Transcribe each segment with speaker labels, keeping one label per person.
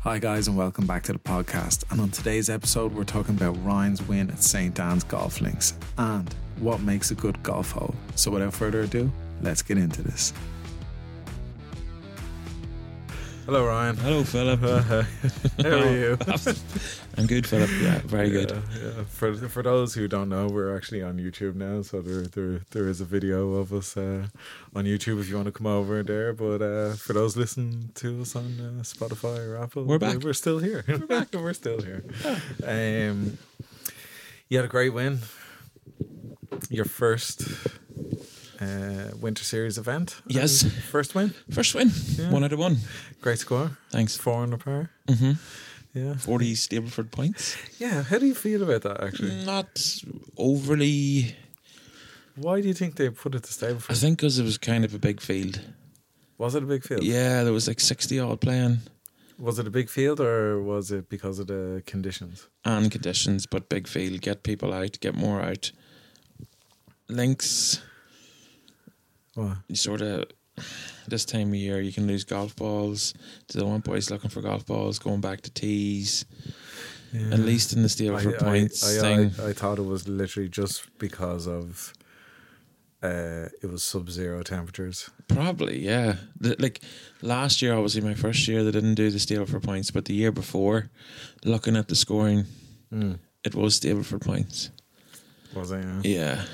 Speaker 1: Hi, guys, and welcome back to the podcast. And on today's episode, we're talking about Ryan's win at St. Anne's Golf Links and what makes a good golf hole. So, without further ado, let's get into this. Hello, Ryan.
Speaker 2: Hello, Philip.
Speaker 1: How are you?
Speaker 2: I'm good, Philip. Yeah, very good.
Speaker 1: Yeah, yeah. For for those who don't know, we're actually on YouTube now, so there there there is a video of us uh, on YouTube if you want to come over there. But uh, for those listening to us on uh, Spotify or Apple,
Speaker 2: We're back.
Speaker 1: We're still here. We're back. we're still here. Um, you had a great win. Your first uh, Winter Series event. Um,
Speaker 2: Yes.
Speaker 1: First win.
Speaker 2: First win,
Speaker 1: Yeah.
Speaker 2: one out of one.
Speaker 1: Great score.
Speaker 2: Thanks.
Speaker 1: Four on a par.
Speaker 2: hmm
Speaker 1: Yeah.
Speaker 2: 40 Stableford points.
Speaker 1: Yeah. How do you feel about that? Actually,
Speaker 2: Not overly.
Speaker 1: why do you think they put it to stable?
Speaker 2: I think because it was kind of a big field.
Speaker 1: Was it a big field?
Speaker 2: Yeah, there was like 60 odd playing
Speaker 1: Was it a big field or was it because of the conditions?
Speaker 2: and conditions, but big field. Get people out, get more out. Links,
Speaker 1: Well,
Speaker 2: you sort of. This time of year, you can lose golf balls. So they want boys looking for golf balls, going back to tees.
Speaker 1: yeah.
Speaker 2: At least in the Stableford points
Speaker 1: I,
Speaker 2: thing.
Speaker 1: I, I thought it was literally just because of uh, it was sub-zero temperatures.
Speaker 2: Probably, yeah. The- like last year, obviously my first year, they didn't do the stable for points, but the year before, looking at the scoring,
Speaker 1: Mm.
Speaker 2: it was stable for points.
Speaker 1: Was it? Yeah.
Speaker 2: Yeah,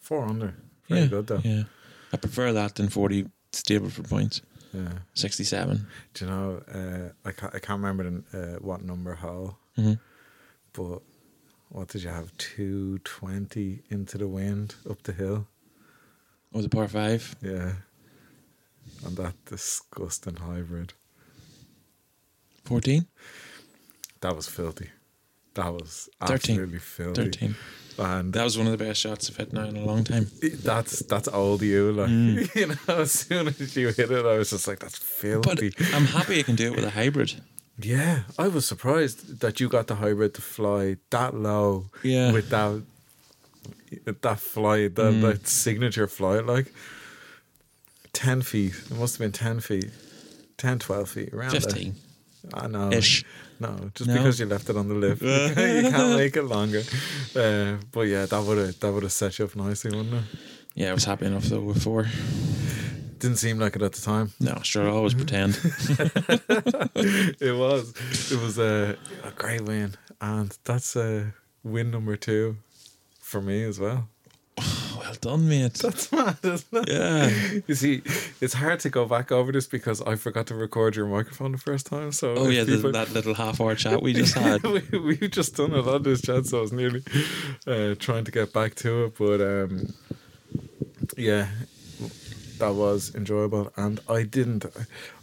Speaker 1: Four under. Very
Speaker 2: yeah,
Speaker 1: good though. Yeah.
Speaker 2: Yeah, I prefer that than forty stable for points. Sixty-seven.
Speaker 1: Do you know? Uh, I can't. I can't remember the, uh, what number hole,
Speaker 2: Mm-hmm.
Speaker 1: but what did you have? Two twenty into the wind up the hill.
Speaker 2: Was it par five?
Speaker 1: Yeah. And that disgusting hybrid.
Speaker 2: Fourteen?
Speaker 1: That was filthy. That was
Speaker 2: Thirteen.
Speaker 1: absolutely filthy.
Speaker 2: Thirteen.
Speaker 1: And
Speaker 2: That was one of the best shots I've hit now in a long time.
Speaker 1: it- that's that's old you, like
Speaker 2: Mm.
Speaker 1: you know. As soon as you hit it, I was just like, "That's
Speaker 2: But
Speaker 1: filthy."
Speaker 2: I'm happy I can do it with a hybrid.
Speaker 1: yeah, I was surprised that you got the hybrid to fly that low
Speaker 2: Yeah.
Speaker 1: with that that flight, that
Speaker 2: Mm.
Speaker 1: like signature flight, like ten feet. It must have been ten feet, 10, 12 feet, around there.
Speaker 2: Fifteen
Speaker 1: I know.
Speaker 2: ish.
Speaker 1: No, just
Speaker 2: No?
Speaker 1: because you left it on the lift, you can't make it longer. Uh, but yeah, that would have that would have set you up nicely, wouldn't it?
Speaker 2: Yeah, I was happy enough though with four.
Speaker 1: Didn't seem like it at the time.
Speaker 2: No, sure, I'll always pretend.
Speaker 1: Mm-hmm. It was, it was a, a great win, and that's uh, win number two for me as well.
Speaker 2: well done, mate.
Speaker 1: That's mad, isn't it?
Speaker 2: Yeah.
Speaker 1: You see, it's hard to go back over this because I forgot to record your microphone the first time. So
Speaker 2: Oh
Speaker 1: if
Speaker 2: yeah,
Speaker 1: people-
Speaker 2: the, that little half-hour chat we just had.
Speaker 1: we, we've just done a lot of this chat, so I was nearly uh, trying to get back to it. But um, yeah, that was enjoyable, and I didn't,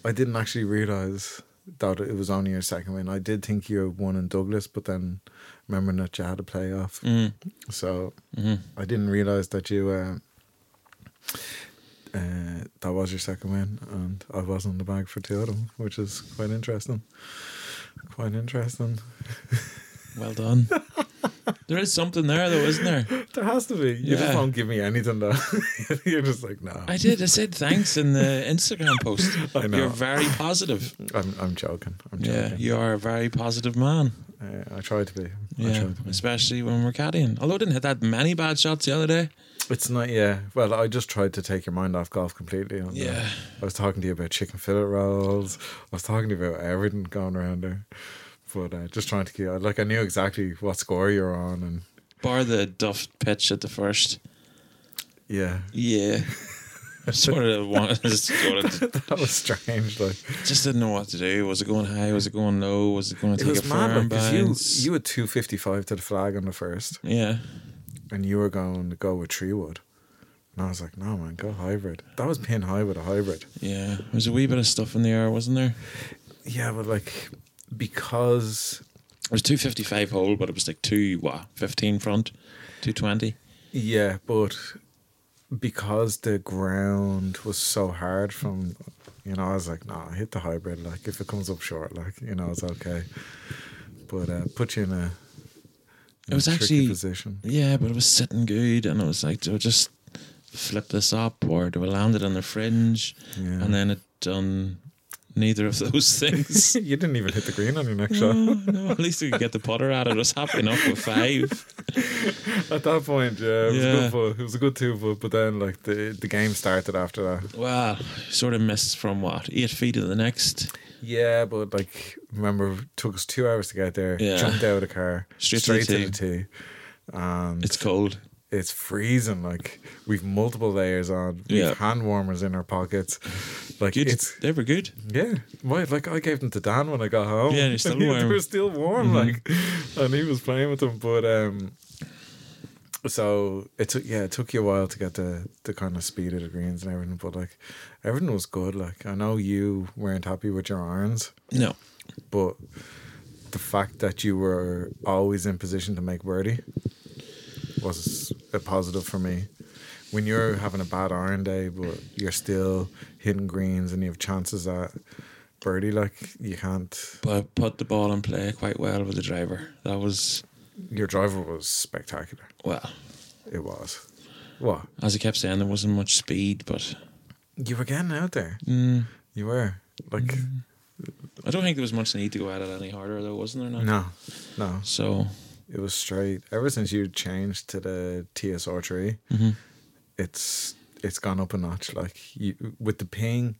Speaker 1: I didn't actually realize that it was only your second win. I did think you won in Douglas, but then remembering that you had a playoff,
Speaker 2: Mm,
Speaker 1: so
Speaker 2: mhm.
Speaker 1: I didn't realize that you. Uh, uh, that was your second win, and I was on the bag for two of them, which is quite interesting. Quite interesting.
Speaker 2: Well done. there is something there, though, isn't there?
Speaker 1: There has to be. You just
Speaker 2: Yeah.
Speaker 1: won't give me anything though. You're just like, no.
Speaker 2: I did. I said thanks in the Instagram post.
Speaker 1: I know.
Speaker 2: You're very positive.
Speaker 1: I'm, I'm joking. I'm
Speaker 2: Yeah,
Speaker 1: joking.
Speaker 2: you are a very positive man.
Speaker 1: Uh, I try to be. I
Speaker 2: Yeah,
Speaker 1: try to be.
Speaker 2: especially when we're caddying. Although I didn't hit that many bad shots the other day.
Speaker 1: It's not, yeah. Well, I just tried to take your mind off golf completely. and, uh,
Speaker 2: Yeah.
Speaker 1: I was talking to you about chicken fillet rolls. I was talking to you about everything going around there. But uh, just trying to keep, like, I knew exactly what score you're on. And
Speaker 2: Bar the duff pitch at the first.
Speaker 1: yeah,
Speaker 2: Yeah. I sort of wanted, just, sort of,
Speaker 1: that was strange. Like,
Speaker 2: just didn't know what to do. Was it going high? Was it going low? Was it going to
Speaker 1: it
Speaker 2: take
Speaker 1: was
Speaker 2: a
Speaker 1: mad.
Speaker 2: firm
Speaker 1: Like, 'cause you,
Speaker 2: bounce?
Speaker 1: you had 255 to the flag on the first.
Speaker 2: yeah.
Speaker 1: and you were going to go with tree wood. And I was like, no, man, go hybrid. That was pin high with a hybrid.
Speaker 2: Yeah, there was a wee bit of stuff in the air, wasn't there?
Speaker 1: Yeah, but like, because,
Speaker 2: It was two fifty five hole, but it was like two what fifteen front, two twenty.
Speaker 1: yeah, but because the ground was so hard from, you know, I was like, nah, hit the hybrid. Like, if it comes up short, like, you know, it's okay. But uh, put you in a, in
Speaker 2: It was
Speaker 1: a
Speaker 2: actually-
Speaker 1: tricky position.
Speaker 2: Yeah, but it was sitting good, and it was like, do I just flip this up, or do I land it on the fringe?
Speaker 1: Yeah.
Speaker 2: And then it done neither of those things.
Speaker 1: you didn't even hit the green on your next
Speaker 2: no,
Speaker 1: shot.
Speaker 2: no, at least we could get the putter out. I was happy enough with five.
Speaker 1: At that point, yeah, it was
Speaker 2: Yeah.
Speaker 1: a good putt. It was a good two putt, but then like the the game started after that.
Speaker 2: Well, sort of missed from what eight feet to the next,
Speaker 1: Yeah, but like remember, it took us two hours to get there.
Speaker 2: Yeah.
Speaker 1: Jumped out of the car,
Speaker 2: Straight to the
Speaker 1: to the tee, and
Speaker 2: it's cold.
Speaker 1: it's freezing. Like we've multiple layers on. We've
Speaker 2: Yeah.
Speaker 1: hand warmers in our pockets. Like
Speaker 2: Good,
Speaker 1: it's
Speaker 2: they were good.
Speaker 1: yeah. Why? Like I gave them to Dan when I got home.
Speaker 2: Yeah, they're still
Speaker 1: they
Speaker 2: warm. Mm-hmm.
Speaker 1: were still warm. Like, and he was playing with them. But um, so it took yeah, it took you a while to get the the kind of speed of the greens and everything. But like everything was good. Like I know you weren't happy with your irons,
Speaker 2: No,
Speaker 1: but. The fact that you were always in position to make birdie was a positive for me. When you're having a bad iron day, but you're still hitting greens and you have chances at birdie, like you can't.
Speaker 2: but I put the ball in play quite well with the driver. That was
Speaker 1: Your driver was spectacular.
Speaker 2: well,
Speaker 1: It was. What?
Speaker 2: as I kept saying, there wasn't much speed, but
Speaker 1: You were getting out there.
Speaker 2: mm,
Speaker 1: You were. Like,
Speaker 2: I don't think there was much need to go at it any harder, though, wasn't there? Not?
Speaker 1: no, no.
Speaker 2: So
Speaker 1: It was straight. Ever since you changed to the TSR tree,
Speaker 2: mhm.
Speaker 1: it's it's gone up a notch. Like you with the ping,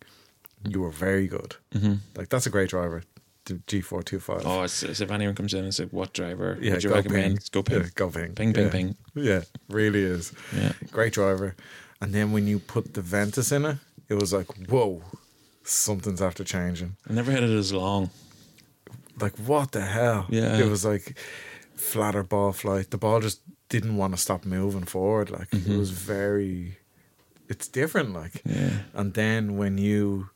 Speaker 1: you were very good.
Speaker 2: Mhm.
Speaker 1: Like that's a great driver, the G four two five.
Speaker 2: Oh, it's, it's if anyone comes in and says, "What driver
Speaker 1: Yeah,
Speaker 2: would you
Speaker 1: go
Speaker 2: recommend?"
Speaker 1: ping.
Speaker 2: Go ping,
Speaker 1: Yeah, go ping.
Speaker 2: ping, ping,
Speaker 1: yeah.
Speaker 2: ping.
Speaker 1: Yeah, really is.
Speaker 2: Yeah,
Speaker 1: Great driver. And then when you put the Ventus in it, it was like, whoa, something's after changing.
Speaker 2: I never had it as long.
Speaker 1: Like, what the hell?
Speaker 2: Yeah.
Speaker 1: It was like flatter ball flight. The ball just didn't want to stop moving forward. Like, it was very, it's different. Like,
Speaker 2: Mm-hmm. Yeah,
Speaker 1: and then when you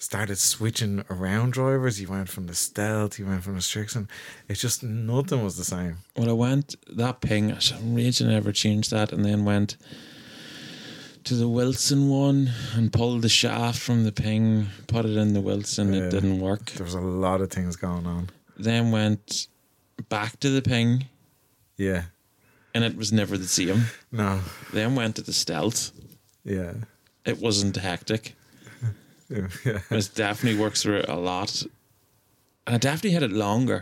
Speaker 1: started switching around drivers, you went from the stealth, you went from the Strixon. It's just nothing was the same.
Speaker 2: Well, I went that ping. I should raging I never changed that, and then went to the Wilson one and pulled the shaft from the ping, put it in the Wilson.
Speaker 1: Yeah.
Speaker 2: It didn't work.
Speaker 1: There was a lot of things going on.
Speaker 2: Then went back to the ping,
Speaker 1: Yeah.
Speaker 2: and it was never the same.
Speaker 1: No.
Speaker 2: Then went to the stealth.
Speaker 1: Yeah.
Speaker 2: It wasn't hectic.
Speaker 1: Yeah.
Speaker 2: It definitely works for it a lot, and I definitely had it longer.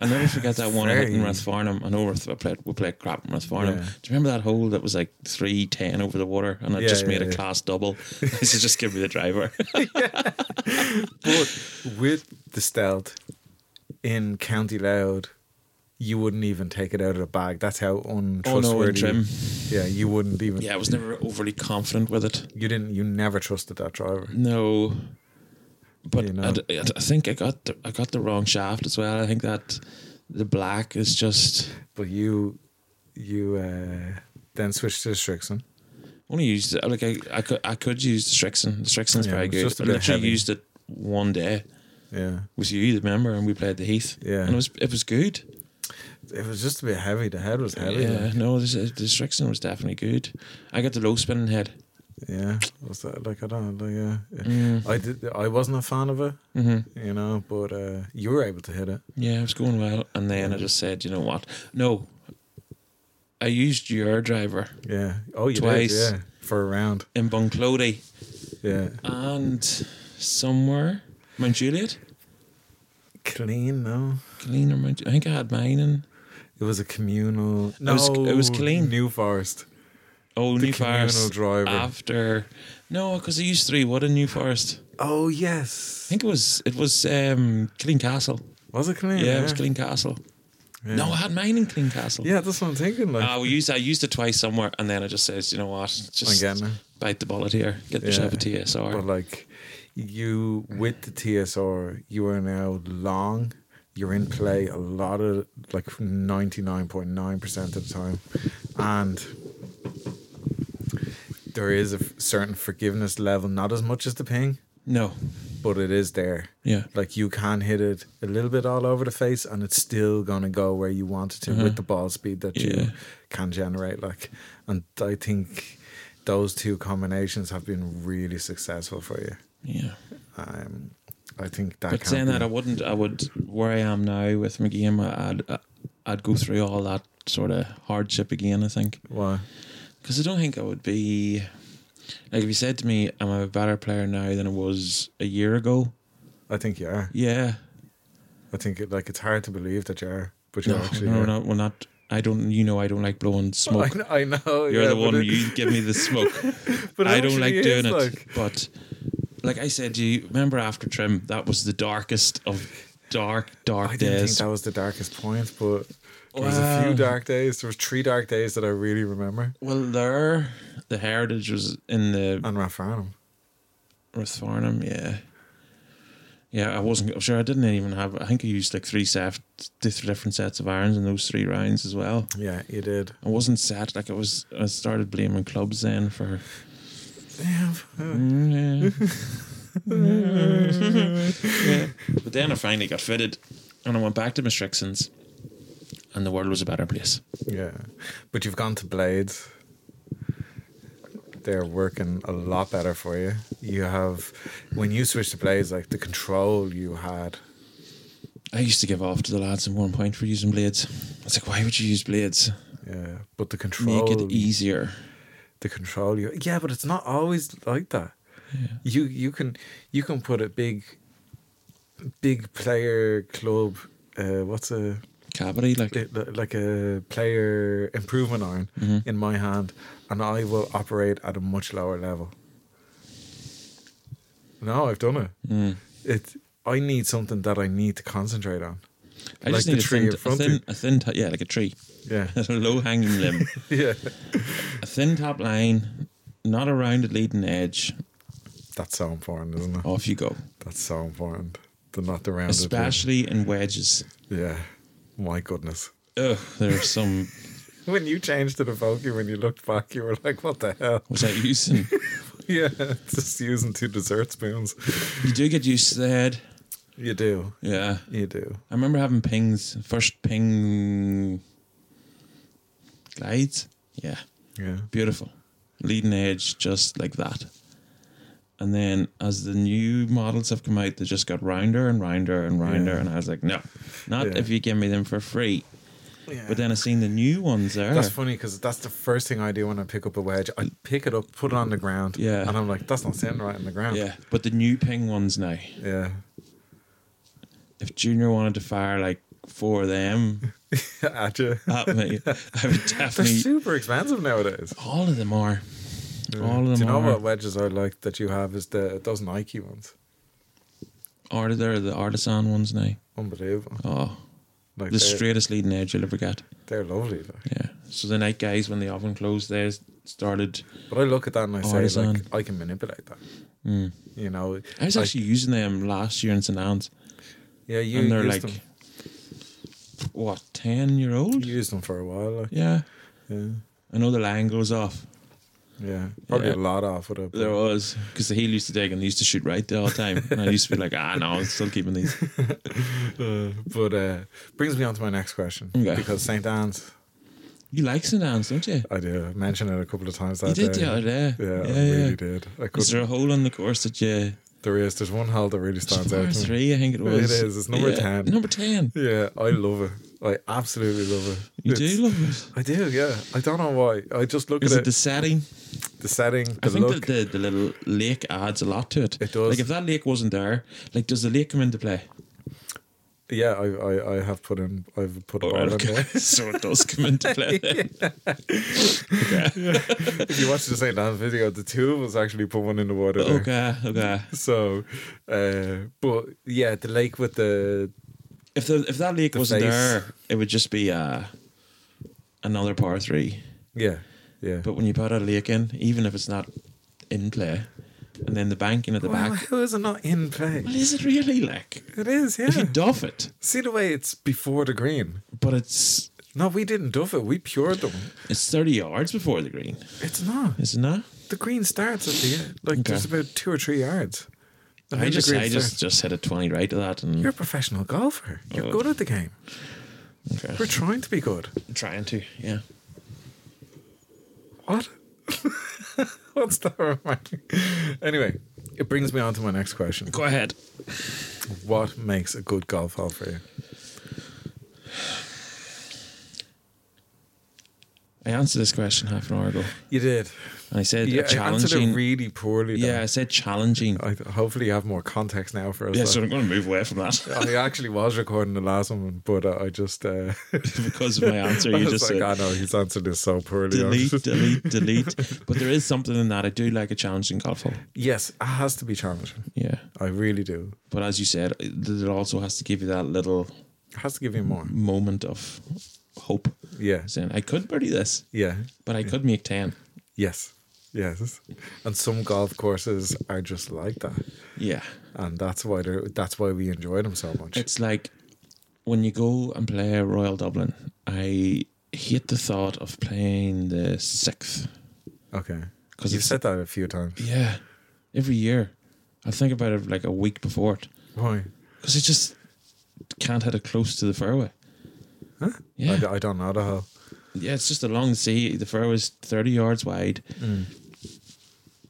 Speaker 2: I never forget that one I hit in
Speaker 1: Very-
Speaker 2: Rathfarnham. I know Rath- I played, we played crap in Rathfarnham.
Speaker 1: Yeah.
Speaker 2: Do you remember that hole that was like three ten over the water, and I
Speaker 1: Yeah,
Speaker 2: just made
Speaker 1: yeah,
Speaker 2: a
Speaker 1: yeah.
Speaker 2: class double? this is just give me the driver.
Speaker 1: But with the stealth in County Loud, you wouldn't even take it out of the bag. That's how
Speaker 2: oh no, and
Speaker 1: untrustworthy.
Speaker 2: trim.
Speaker 1: Yeah, you wouldn't even.
Speaker 2: Yeah, I was never overly confident with it.
Speaker 1: You didn't. You never trusted that driver.
Speaker 2: No, but
Speaker 1: You know.
Speaker 2: I'd- I'd- I think I got the, I got the wrong shaft as well. I think that the black is just
Speaker 1: But you, you uh, then switched to the Strixon.
Speaker 2: only used it like I, I could I could use the Strixon. The Strixon's
Speaker 1: Yeah,
Speaker 2: very
Speaker 1: it's
Speaker 2: good.
Speaker 1: just a
Speaker 2: I
Speaker 1: bit
Speaker 2: literally
Speaker 1: heavy.
Speaker 2: used it one day.
Speaker 1: Yeah,
Speaker 2: with you, the member, and we played the Heath.
Speaker 1: Yeah.
Speaker 2: and it was it was good.
Speaker 1: it was just a bit heavy. The head was heavy.
Speaker 2: yeah,
Speaker 1: like.
Speaker 2: no, this, uh, this Strixon was definitely good. I got the low spinning head.
Speaker 1: yeah. Was that like I don't know? Like, yeah.
Speaker 2: Mm.
Speaker 1: I did. I wasn't a fan of it,
Speaker 2: hmm
Speaker 1: you know. But uh, you were able to hit it.
Speaker 2: Yeah, it was going well, and then I just said, you know what? No, I used your driver
Speaker 1: Yeah. Oh, you
Speaker 2: Twice.
Speaker 1: did. Yeah. For a round.
Speaker 2: in Bunclody
Speaker 1: Yeah.
Speaker 2: and somewhere Mount Juliet,
Speaker 1: Clean. No.
Speaker 2: Killeen or Mount. I think I had mine in
Speaker 1: It was a communal. No,
Speaker 2: was- it was clean.
Speaker 1: New Forest.
Speaker 2: oh
Speaker 1: The
Speaker 2: New
Speaker 1: communal
Speaker 2: Forest Ah.
Speaker 1: driver.
Speaker 2: after. No, because I used three. What in New Forest?
Speaker 1: oh
Speaker 2: I
Speaker 1: yes.
Speaker 2: think it was it was um, Killeen Castle.
Speaker 1: Was it clean?
Speaker 2: Yeah, it was Killeen Castle.
Speaker 1: Hmm, Yeah.
Speaker 2: No, I had mine in Clean Castle.
Speaker 1: Yeah, that's what I'm thinking. Like,
Speaker 2: Uh, we used I used it twice somewhere, and then I just says, you know what,
Speaker 1: I'm
Speaker 2: just
Speaker 1: getting it.
Speaker 2: bite the bullet here, get yourself a
Speaker 1: Yeah.
Speaker 2: TSR.
Speaker 1: But like, you with the TSR, you are now long. You're in play a lot of like ninety nine point nine percent of the time, and there is a f- certain forgiveness level, not as much as the ping,
Speaker 2: no,
Speaker 1: but it is there.
Speaker 2: yeah,
Speaker 1: Like you can hit it a little bit all over the face, and it's still gonna go where you want it to
Speaker 2: Uh-huh.
Speaker 1: with the ball speed that you
Speaker 2: Yeah.
Speaker 1: can generate. Like, and I think those two combinations have been really successful for you.
Speaker 2: yeah.
Speaker 1: Um, I think that.
Speaker 2: But
Speaker 1: can't
Speaker 2: saying
Speaker 1: be-
Speaker 2: that, uh, I wouldn't. I would where I am now with my game. I- I'd I- I'd go through all that sort of hardship again. I think
Speaker 1: why?
Speaker 2: because I don't think I would be. Like if you said to me, "Am I a better player now than I was a year ago?"
Speaker 1: I think you are.
Speaker 2: Yeah,
Speaker 1: I think it, like it's hard to believe that you are, but you
Speaker 2: no,
Speaker 1: actually
Speaker 2: no,
Speaker 1: are.
Speaker 2: no, we're not. I don't. You know, I don't like blowing smoke.
Speaker 1: I know. I know
Speaker 2: You're
Speaker 1: yeah,
Speaker 2: the
Speaker 1: but
Speaker 2: one
Speaker 1: it-
Speaker 2: you give me the smoke.
Speaker 1: but it
Speaker 2: I don't like
Speaker 1: actually is,
Speaker 2: doing it,
Speaker 1: like-
Speaker 2: but like I said, to you remember after trim? That was the darkest of dark, dark
Speaker 1: I didn't think
Speaker 2: days.
Speaker 1: that was the darkest point, but there was a
Speaker 2: Wow.
Speaker 1: few dark days. There was three dark days that I really remember.
Speaker 2: well, there, the heritage was in the
Speaker 1: And Rathfarnham.
Speaker 2: Rathfarnham, yeah. Yeah, I wasn't I'm sure. I didn't even have. I think I used like three set, different sets of irons in those three rounds as well.
Speaker 1: Yeah, you did.
Speaker 2: I wasn't set. Like I was, I started blaming clubs then for. yeah. But then I finally got fitted, and I went back to Mistrixon's, and the world was a better place.
Speaker 1: Yeah. But you've gone to Blades. They're working a lot better for you. You have, when you switched to Blades, like the control you had.
Speaker 2: I used to give off to the lads in one point for using blades. It's like, why would you use blades?
Speaker 1: Yeah. But the
Speaker 2: Make
Speaker 1: control.
Speaker 2: it e- easier.
Speaker 1: the control you yeah but it's not always like that you you can you can put a big big player club uh what's a
Speaker 2: Cavity, like
Speaker 1: li- li- like a player improvement iron
Speaker 2: Mm-hmm.
Speaker 1: in my hand and i will operate at a much lower level no i've done it
Speaker 2: Mm.
Speaker 1: it i need something that i need to concentrate on
Speaker 2: I
Speaker 1: Like
Speaker 2: just
Speaker 1: the
Speaker 2: need a
Speaker 1: tree
Speaker 2: thin,
Speaker 1: in
Speaker 2: a
Speaker 1: front of
Speaker 2: thin, a thin, t- yeah, like a tree,
Speaker 1: yeah
Speaker 2: a low hanging limb,
Speaker 1: yeah
Speaker 2: a thin top line, not a rounded leading edge.
Speaker 1: that's so important isn't it
Speaker 2: Off you go.
Speaker 1: that's so important the not the rounded bit.
Speaker 2: Especially in wedges.
Speaker 1: yeah my goodness
Speaker 2: Ugh, there's some.
Speaker 1: When you changed to the Vogue, when you looked back, you were like, what the hell?
Speaker 2: Was I using?
Speaker 1: yeah, it's just using two dessert spoons.
Speaker 2: You do get used to the head.
Speaker 1: You do.
Speaker 2: Yeah.
Speaker 1: You do.
Speaker 2: I remember having pings. First ping glides. Yeah.
Speaker 1: Yeah.
Speaker 2: Beautiful. Leading edge, just like that. And then as the new models have come out, they just got rounder and rounder and rounder.
Speaker 1: Yeah.
Speaker 2: And I was like, no, not
Speaker 1: Yeah.
Speaker 2: if you give me them for free.
Speaker 1: yeah.
Speaker 2: But then I seen the new ones there.
Speaker 1: that's funny because that's the first thing I do when I pick up a wedge. I pick it up, put it on the ground,
Speaker 2: Yeah.
Speaker 1: and I'm like, that's not sitting right on the ground.
Speaker 2: yeah. But the new ping ones now.
Speaker 1: Yeah.
Speaker 2: If Junior wanted to fire like four of them
Speaker 1: At you.
Speaker 2: at me, I would
Speaker 1: They're
Speaker 2: definitely.
Speaker 1: super expensive nowadays.
Speaker 2: All of them are. All of them
Speaker 1: do you know
Speaker 2: are.
Speaker 1: what wedges I like that you have is the those Nike ones.
Speaker 2: Are there the artisan ones now?
Speaker 1: Unbelievable. Like
Speaker 2: Oh,
Speaker 1: uh,
Speaker 2: the
Speaker 1: they're,
Speaker 2: straightest leading edge you'll ever get.
Speaker 1: they're lovely. Like.
Speaker 2: Yeah. So the night guys, when the oven closed, they started.
Speaker 1: But I look at that and I say,
Speaker 2: Artisan.
Speaker 1: like, I can manipulate that.
Speaker 2: Mm.
Speaker 1: You know,
Speaker 2: I was
Speaker 1: Like-
Speaker 2: actually using them last year in St. Anne's,
Speaker 1: yeah, you
Speaker 2: and they're
Speaker 1: used
Speaker 2: like,
Speaker 1: them.
Speaker 2: what, 10 year old?
Speaker 1: You used them for a while, like,
Speaker 2: Yeah.
Speaker 1: yeah,
Speaker 2: I know the line goes off.
Speaker 1: yeah. Probably
Speaker 2: Yeah.
Speaker 1: a lot off with it.
Speaker 2: There
Speaker 1: but-
Speaker 2: was, because the heel used to dig and they used to shoot right the whole time. And I used to be like, ah, no, I'm still keeping these.
Speaker 1: Uh, but uh, brings me on to my next question
Speaker 2: Okay.
Speaker 1: because Saint Anne's,
Speaker 2: You like St. Anne's, don't you?
Speaker 1: I do mention it a couple of times. That
Speaker 2: You did
Speaker 1: day.
Speaker 2: the other day.
Speaker 1: uh, Yeah, I
Speaker 2: yeah.
Speaker 1: really did. I
Speaker 2: Is there
Speaker 1: could.
Speaker 2: a hole on the course that you.
Speaker 1: There is. There's one hole that really stands out.
Speaker 2: Number
Speaker 1: to me.
Speaker 2: three, I think it
Speaker 1: It
Speaker 2: was.
Speaker 1: is, it's number
Speaker 2: Yeah,
Speaker 1: 10.
Speaker 2: Number 10.
Speaker 1: Yeah, I love it. I absolutely love it.
Speaker 2: You
Speaker 1: It's-
Speaker 2: do love it.
Speaker 1: I do. Yeah. I don't know why. I just look
Speaker 2: Is
Speaker 1: at
Speaker 2: it the setting?
Speaker 1: the setting, the
Speaker 2: I think
Speaker 1: look.
Speaker 2: that the, the little lake adds a lot to it.
Speaker 1: It does.
Speaker 2: Like if that lake wasn't there, like does the lake come into play?
Speaker 1: yeah, I, I, I have put in. I've put a
Speaker 2: All
Speaker 1: ball
Speaker 2: right,
Speaker 1: in
Speaker 2: Oh, okay.
Speaker 1: there.
Speaker 2: so it does come into play. then. okay.
Speaker 1: if you watch the Saint Anne's video, the two of us actually put one in the water. there.
Speaker 2: okay, okay.
Speaker 1: So, uh, but yeah, the lake with the
Speaker 2: If the if that lake
Speaker 1: The
Speaker 2: wasn't
Speaker 1: face.
Speaker 2: there, it would just be uh, another par three.
Speaker 1: yeah, yeah.
Speaker 2: But when you put a lake in, even if it's not in play, and then the banking at the
Speaker 1: Well,
Speaker 2: back,
Speaker 1: how is it not in play?
Speaker 2: well, is it really like
Speaker 1: It is.
Speaker 2: if you
Speaker 1: Yeah.
Speaker 2: duff it?
Speaker 1: See the way it's before the green.
Speaker 2: But it's
Speaker 1: No, we didn't duff it. We pured them.
Speaker 2: it's thirty yards before the green,
Speaker 1: It's not.
Speaker 2: isn't it?
Speaker 1: The green starts at the end. Like
Speaker 2: Okay.
Speaker 1: there's about two or three yards. And
Speaker 2: I
Speaker 1: then the
Speaker 2: just
Speaker 1: green
Speaker 2: I
Speaker 1: starts.
Speaker 2: just just hit a twenty right to that and
Speaker 1: You're a professional golfer. You're
Speaker 2: Oh.
Speaker 1: good at the game.
Speaker 2: Okay.
Speaker 1: We're trying to be good.
Speaker 2: trying to, yeah.
Speaker 1: What? What's that reminding? Anyway, it brings me on to my next question.
Speaker 2: Go ahead.
Speaker 1: What makes a good golf hole for you?
Speaker 2: I I answered this question half an hour ago,
Speaker 1: You did.
Speaker 2: and I said
Speaker 1: Yeah,
Speaker 2: a
Speaker 1: I answered
Speaker 2: challenging.
Speaker 1: it really poorly.
Speaker 2: yeah,
Speaker 1: Yeah.
Speaker 2: I said challenging.
Speaker 1: I, hopefully, you have more context now for us.
Speaker 2: yeah,
Speaker 1: though.
Speaker 2: so I'm going to move away from that
Speaker 1: I actually was recording the last one, but uh, I just uh,
Speaker 2: because of my answer.
Speaker 1: I
Speaker 2: You
Speaker 1: was
Speaker 2: just
Speaker 1: like, "Ah,
Speaker 2: said,
Speaker 1: "I know he's answered this so poorly." I was
Speaker 2: delete,
Speaker 1: just-
Speaker 2: delete, delete. But there is something in that. I do like a challenging golfer.
Speaker 1: yes, it has to be challenging.
Speaker 2: Yeah.
Speaker 1: I really do.
Speaker 2: But as you said, it it also has to give you that little
Speaker 1: It has to give you more.
Speaker 2: moment of hope.
Speaker 1: Yeah,
Speaker 2: Saying, I could birdie this,
Speaker 1: yeah,
Speaker 2: but I could make 10.
Speaker 1: yes, yes. And some golf courses are just like that,
Speaker 2: Yeah.
Speaker 1: and that's why they're, that's why we enjoy them so much.
Speaker 2: It's like when you go and play Royal Dublin, I hate the thought of playing the sixth.
Speaker 1: okay,
Speaker 2: 'Cause
Speaker 1: you've
Speaker 2: it's-
Speaker 1: said that a few times.
Speaker 2: Yeah. Every year. I think about it like a week before it
Speaker 1: Why?
Speaker 2: because I just can't hit it close to the fairway.
Speaker 1: Huh?
Speaker 2: Yeah.
Speaker 1: I d- I, don't know the whole.
Speaker 2: Yeah, it's just along the sea. The fairway's thirty yards wide.
Speaker 1: mm,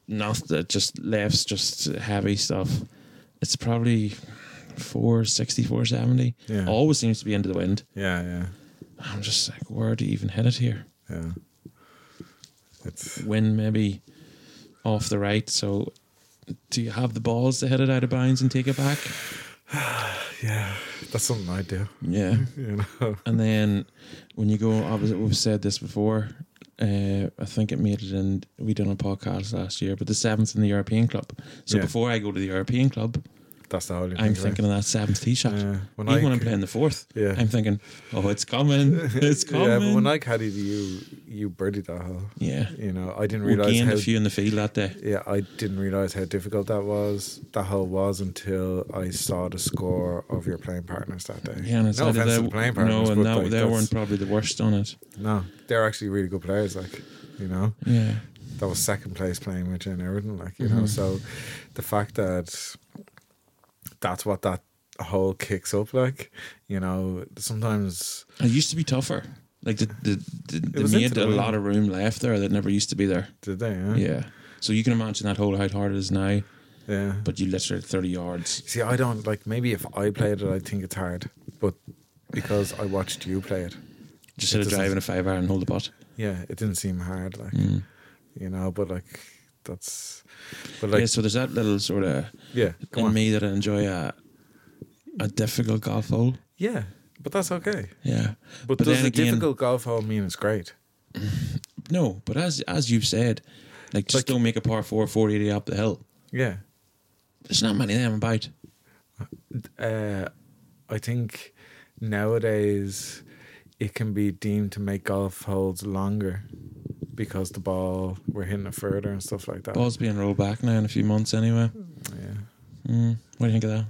Speaker 2: Not that just lefts, just heavy stuff. It's probably 460, 470.
Speaker 1: Yeah.
Speaker 2: Always seems to be into the wind.
Speaker 1: Yeah, yeah,
Speaker 2: I'm just like, where do you even hit it here?
Speaker 1: yeah. It's
Speaker 2: Wind maybe off the right. So, do you have the balls to hit it out of bounds and take it back?
Speaker 1: yeah. That's something I do.
Speaker 2: Yeah.
Speaker 1: You know.
Speaker 2: And then when you go, obviously we've said this before. Uh, I think it made it in. We done a podcast last year, but the seventh in the European Club. So
Speaker 1: Yeah.
Speaker 2: before I go to the European Club,
Speaker 1: That's the whole.
Speaker 2: I'm thinking of that seventh tee shot.
Speaker 1: Yeah, when
Speaker 2: Even
Speaker 1: I
Speaker 2: when I'm
Speaker 1: c-
Speaker 2: playing the fourth,
Speaker 1: Yeah.
Speaker 2: I'm thinking, oh, it's coming, it's coming.
Speaker 1: Yeah, but when I caddied you, you birdied that hole.
Speaker 2: yeah.
Speaker 1: You know, I didn't
Speaker 2: we
Speaker 1: realize
Speaker 2: gained
Speaker 1: how.
Speaker 2: a few in the field that day.
Speaker 1: Yeah, I didn't realize how difficult that was. That hole was until I saw the score of your playing partners that day.
Speaker 2: Yeah, and it's
Speaker 1: no
Speaker 2: either
Speaker 1: offense
Speaker 2: they-
Speaker 1: to the playing partners,
Speaker 2: no,
Speaker 1: but
Speaker 2: and that,
Speaker 1: like,
Speaker 2: they
Speaker 1: that's-
Speaker 2: weren't probably the worst on it.
Speaker 1: No, they're actually really good players. Like, you know,
Speaker 2: Yeah,
Speaker 1: that was second place playing with and everything. Like, you
Speaker 2: Mm-hmm.
Speaker 1: know, so the fact that that's what that hole kicks up like, you know, sometimes.
Speaker 2: it used to be tougher. Like the the, the, they
Speaker 1: was
Speaker 2: made
Speaker 1: into
Speaker 2: a
Speaker 1: the
Speaker 2: lot of room left there that never used to be there.
Speaker 1: Did they? Huh?
Speaker 2: Yeah. So you can imagine that hole how hard it is now,
Speaker 1: Yeah.
Speaker 2: but you literally 30 yards.
Speaker 1: See, I don't like. Maybe if I played it, I'd think it's hard, but because I watched you play it,
Speaker 2: Just hit a
Speaker 1: It
Speaker 2: drive
Speaker 1: doesn't-
Speaker 2: in a five iron and hold the putt.
Speaker 1: yeah, it didn't seem hard, like
Speaker 2: Mm.
Speaker 1: you know. But like that's, but like
Speaker 2: yeah,
Speaker 1: yeah,
Speaker 2: so there's that little sort of
Speaker 1: come
Speaker 2: in
Speaker 1: on,
Speaker 2: me that I enjoy a, a difficult golf hole.
Speaker 1: yeah, but that's okay.
Speaker 2: Yeah.
Speaker 1: But,
Speaker 2: But
Speaker 1: does
Speaker 2: then
Speaker 1: a
Speaker 2: again-
Speaker 1: difficult golf hole mean it's great?
Speaker 2: No, but as as you've said, like just
Speaker 1: Like-
Speaker 2: don't make a par four 480 up the hill.
Speaker 1: Yeah,
Speaker 2: There's not many of them about.
Speaker 1: uh, I think nowadays it can be deemed to make golf holes longer because the ball we're hitting it further and stuff like that.
Speaker 2: Ball's being rolled back now in a few months anyway.
Speaker 1: Yeah,
Speaker 2: Mm. What do you think of that?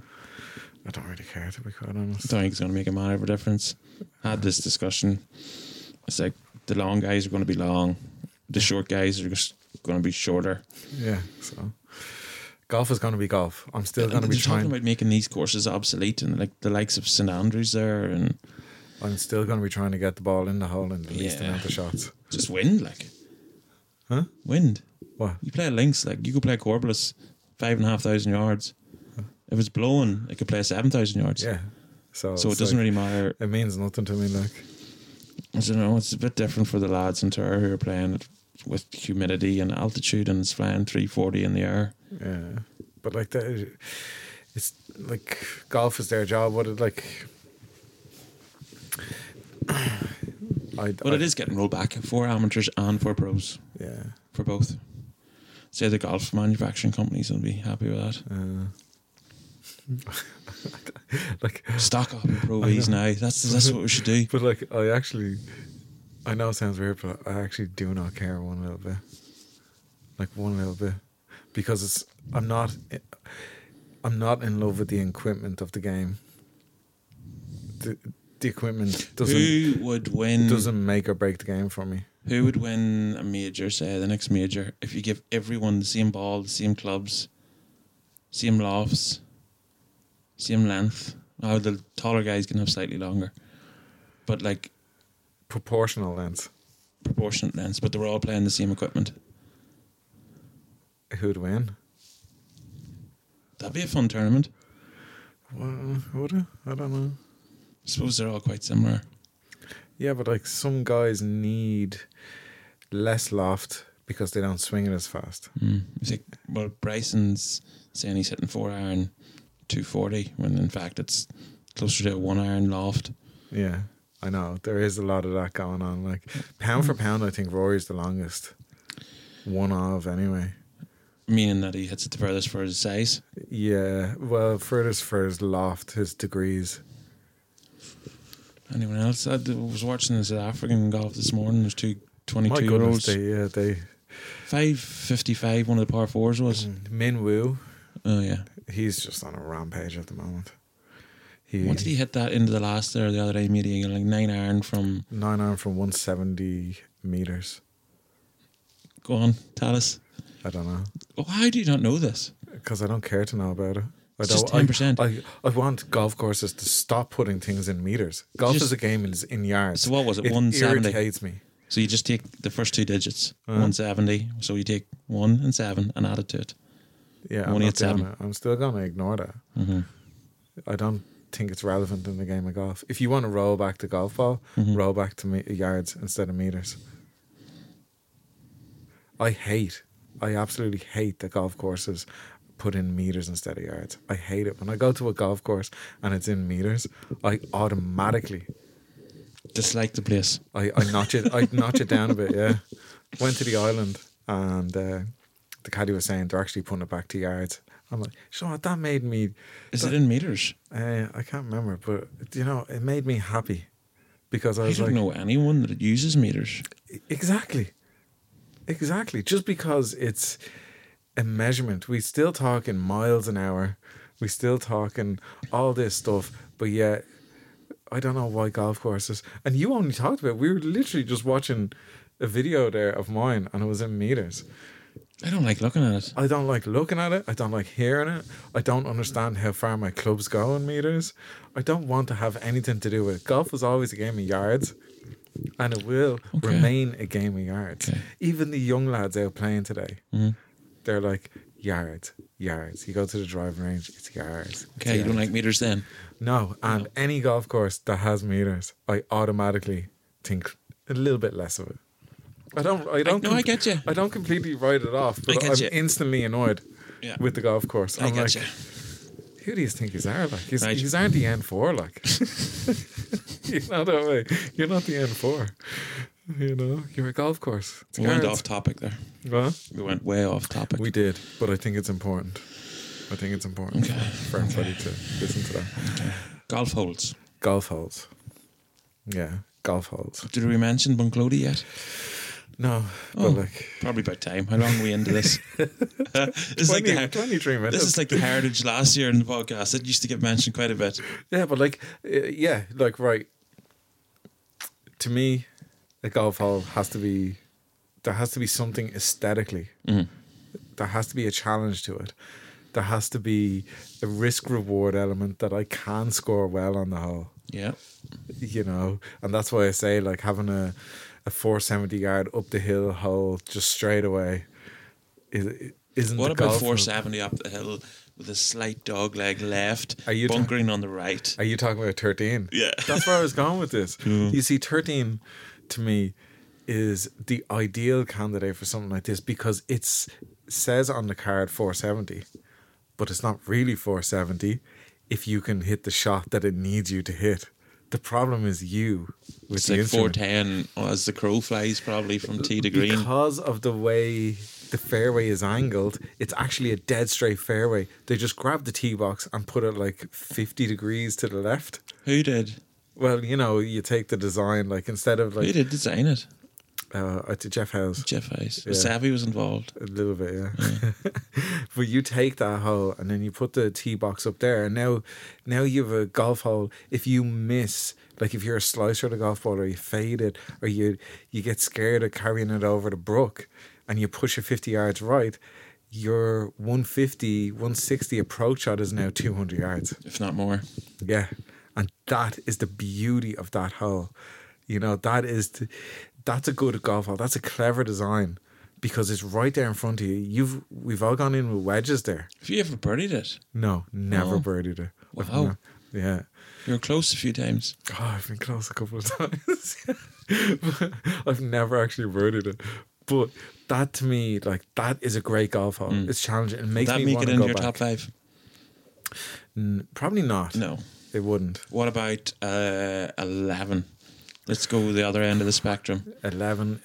Speaker 1: I don't really care to be quite
Speaker 2: I
Speaker 1: honest.
Speaker 2: don't think it's going to make a matter of a difference. I had this discussion. It's like the long guys are going to be long, the short guys are just going to be shorter.
Speaker 1: Yeah, so golf is going to be golf. I'm still going to
Speaker 2: And
Speaker 1: be
Speaker 2: they're talking
Speaker 1: trying.
Speaker 2: about making these courses obsolete and like the likes of St Andrews there and
Speaker 1: I'm still going to be trying to get the ball in the hole in the least
Speaker 2: Yeah.
Speaker 1: amount of shots.
Speaker 2: just wind like
Speaker 1: Huh?
Speaker 2: wind.
Speaker 1: What?
Speaker 2: You play a links like you could play a Corbelis five and a half thousand yards. If it's blowing, it could play seven thousand yards.
Speaker 1: Yeah. So
Speaker 2: So it
Speaker 1: it's
Speaker 2: doesn't
Speaker 1: like-
Speaker 2: really matter.
Speaker 1: It means nothing to me. Like,
Speaker 2: I don't know. It's a bit different for the lads in Terre who are playing it with humidity and altitude and it's flying three forty in the air.
Speaker 1: yeah. But like that, it's like golf is their job. What it like? I,
Speaker 2: But
Speaker 1: I,
Speaker 2: it is getting rolled back for amateurs and for pros,
Speaker 1: Yeah.
Speaker 2: for both. Say the golf manufacturing companies will be happy with that.
Speaker 1: Uh, like,
Speaker 2: Stock up on pro V's now. That's that's what we should do.
Speaker 1: but like, I actually, I know it sounds weird, but I actually do not care one little bit. Like one little bit, because it's I'm not, I'm not in love with the equipment of the game. The the equipment doesn't
Speaker 2: Who would win?
Speaker 1: doesn't make or break the game for me.
Speaker 2: Who would win a major? Say the next major, if you give everyone the same ball, the same clubs, same lofts, same length. Oh, the taller guys can have slightly longer, but like
Speaker 1: Proportional lengths.
Speaker 2: proportionate lengths. But they were all playing the same equipment.
Speaker 1: Who'd win?
Speaker 2: That'd be a fun tournament.
Speaker 1: Well, would it? I don't know.
Speaker 2: I suppose they're all quite similar.
Speaker 1: Yeah, but like some guys need less loft because they don't swing it as fast.
Speaker 2: Mm. It's like, well, Bryson's saying he's hitting four iron 240 when in fact it's closer to a one iron loft.
Speaker 1: Yeah, I know there is a lot of that going on. Like pound for pound, I think Rory's the longest, one of anyway.
Speaker 2: Meaning that he hits it the furthest for his size.
Speaker 1: Yeah, well, furthest for his loft, his degrees.
Speaker 2: Anyone else? I d- was watching the South African golf this morning. There's two
Speaker 1: My
Speaker 2: 22 year
Speaker 1: goodness,
Speaker 2: olds.
Speaker 1: they, yeah, they.
Speaker 2: 555, one of the par fours was.
Speaker 1: Mm-hmm. Min Woo,
Speaker 2: Oh, yeah.
Speaker 1: he's just on a rampage at the moment. He
Speaker 2: What did he hit that into the last there the other day? Meeting like nine iron from.
Speaker 1: nine iron from one seventy meters.
Speaker 2: Go on, tell us.
Speaker 1: I don't know
Speaker 2: Why do you not know this?
Speaker 1: because I don't care to know about it. I
Speaker 2: It's just
Speaker 1: don't- I-
Speaker 2: 10%.
Speaker 1: I, I want golf courses to stop putting things in meters. Golf
Speaker 2: Just-
Speaker 1: is a game in, in yards.
Speaker 2: So what was it,
Speaker 1: It
Speaker 2: 170?
Speaker 1: irritates me.
Speaker 2: So you just take the first two digits,
Speaker 1: Uh.
Speaker 2: 170. So you take one and seven and add it to it.
Speaker 1: Yeah, I'm,
Speaker 2: Only
Speaker 1: not
Speaker 2: it's, um,
Speaker 1: doing it. I'm still going to ignore that.
Speaker 2: Mhm.
Speaker 1: I don't think it's relevant in the game of golf. If you want to roll back the golf ball,
Speaker 2: Mhm.
Speaker 1: roll back to me- yards instead of meters. I hate, I absolutely hate that golf courses put in meters instead of yards. I hate it. When I go to a golf course and it's in meters, I automatically
Speaker 2: Dislike the place.
Speaker 1: I, I notch it. I notch it down a bit. Yeah, went to the island, and uh, the caddy was saying they're actually putting it back to yards. I'm like, you know what? That made me.
Speaker 2: Is it in meters?
Speaker 1: Uh, I can't remember, but you know, it made me happy because I
Speaker 2: I,
Speaker 1: was
Speaker 2: don't
Speaker 1: like, "E-"
Speaker 2: know anyone that uses meters.
Speaker 1: exactly, exactly. Just because it's a measurement, we still talk in miles an hour. We still talk in all this stuff, but yet. I don't know why golf courses. And you only talked about. We were literally just watching a video there of mine, and it was in meters.
Speaker 2: I don't like looking at it.
Speaker 1: I don't like looking at it. I don't like hearing it. I don't understand how far my clubs go in meters. I don't want to have anything to do with it. Golf was always a game of yards, and it will
Speaker 2: Okay.
Speaker 1: remain a game of yards.
Speaker 2: Okay.
Speaker 1: Even the young lads out playing today,
Speaker 2: Mhm.
Speaker 1: they're like yards, yards. You go to the driving range, it's yards. it's
Speaker 2: Okay, you don't
Speaker 1: yards."
Speaker 2: like meters then.
Speaker 1: No, and any golf course that has meters, I automatically think a little bit less of it. I don't. I don't.
Speaker 2: no, I get you.
Speaker 1: I don't completely write it off, but
Speaker 2: get
Speaker 1: I'm
Speaker 2: you.
Speaker 1: instantly annoyed
Speaker 2: Yeah.
Speaker 1: with the golf course.
Speaker 2: I
Speaker 1: I'm
Speaker 2: get
Speaker 1: like,
Speaker 2: you.
Speaker 1: who do you think he's are? Like, he's,
Speaker 2: Right.
Speaker 1: he's aren't the N4. Like, you know that way. You're not the N4. You know, you're a golf course. It's
Speaker 2: We went
Speaker 1: yards.
Speaker 2: off topic there.
Speaker 1: Huh?
Speaker 2: We went way off topic.
Speaker 1: We did, but I think it's important. I think it's important
Speaker 2: Okay.
Speaker 1: for everybody to listen to that.
Speaker 2: Golf holes.
Speaker 1: Golf holes. Yeah, golf holes.
Speaker 2: Did we mention Bunclody yet?
Speaker 1: No,
Speaker 2: Oh.
Speaker 1: but like
Speaker 2: Probably about time. How long are we into this? this, is like
Speaker 1: 20,
Speaker 2: the, her-
Speaker 1: 23 minutes.
Speaker 2: this is like the heritage last year in the podcast. It used to get mentioned quite a bit.
Speaker 1: yeah, but like, uh, yeah, like, right. To me, a golf hole has to be, there has to be something aesthetically.
Speaker 2: Mm-hmm.
Speaker 1: There has to be a challenge to it. There has to be a risk reward element that I can score well on the hole,
Speaker 2: Yeah.
Speaker 1: you know? And that's why I say, like, having a, a 470 yard up the hill hole just straight away is, isn't
Speaker 2: What
Speaker 1: the
Speaker 2: about
Speaker 1: golf hole.
Speaker 2: 470 up the hill with a slight dog leg left,
Speaker 1: Are you ta-
Speaker 2: bunkering on the right?
Speaker 1: Are you talking about 13?
Speaker 2: Yeah. Mm.
Speaker 1: That's where I was going with this. You see, 13 to me is the ideal candidate for something like this because it's says on the card 470, but it's not really 470 if you can hit the shot that it needs you to hit. The problem is you with
Speaker 2: It's
Speaker 1: the
Speaker 2: like
Speaker 1: instrument.
Speaker 2: 410 as the crow flies, probably from tee to green.
Speaker 1: Because of the way the fairway is angled, it's actually a dead straight fairway. They just grab the tee box and put it like 50 degrees to the left.
Speaker 2: Who did?
Speaker 1: Well, you know, you take the design like instead of
Speaker 2: Who
Speaker 1: like
Speaker 2: did design it?
Speaker 1: uh, uh, to Jeff House
Speaker 2: Jeff Hayes.
Speaker 1: Yeah.
Speaker 2: Savvy was involved.
Speaker 1: a little bit, yeah. but you take that hole and then you put the tee box up there, and now, now you have a golf hole. If you miss, like if you're a slicer of the golf ball, or you fade it, or you you get scared of carrying it over the brook, and you push it 50 yards right, your 150, 160 approach shot is now 200 yards.
Speaker 2: if not more.
Speaker 1: Yeah. And that is the beauty of that hole. You know, that is, th- that's a good golf hole. That's a clever design because it's right there in front of you. You've, we've all gone in with wedges there.
Speaker 2: If you ever birdied it,
Speaker 1: No, never
Speaker 2: Oh.
Speaker 1: birdied it. I've
Speaker 2: Wow.
Speaker 1: ne- Yeah.
Speaker 2: you were close a few times.
Speaker 1: Oh, I've been close a couple of times. I've never actually worded it, but that to me, like that is a great golf hole.
Speaker 2: Mm.
Speaker 1: It's challenging. It
Speaker 2: Would
Speaker 1: makes
Speaker 2: that
Speaker 1: me
Speaker 2: make
Speaker 1: want
Speaker 2: it
Speaker 1: to
Speaker 2: into
Speaker 1: go
Speaker 2: your
Speaker 1: back.
Speaker 2: top five?
Speaker 1: N- Probably not.
Speaker 2: No.
Speaker 1: it wouldn't.
Speaker 2: What about uh, eleven? Let's go the other end of the spectrum.
Speaker 1: Eleven.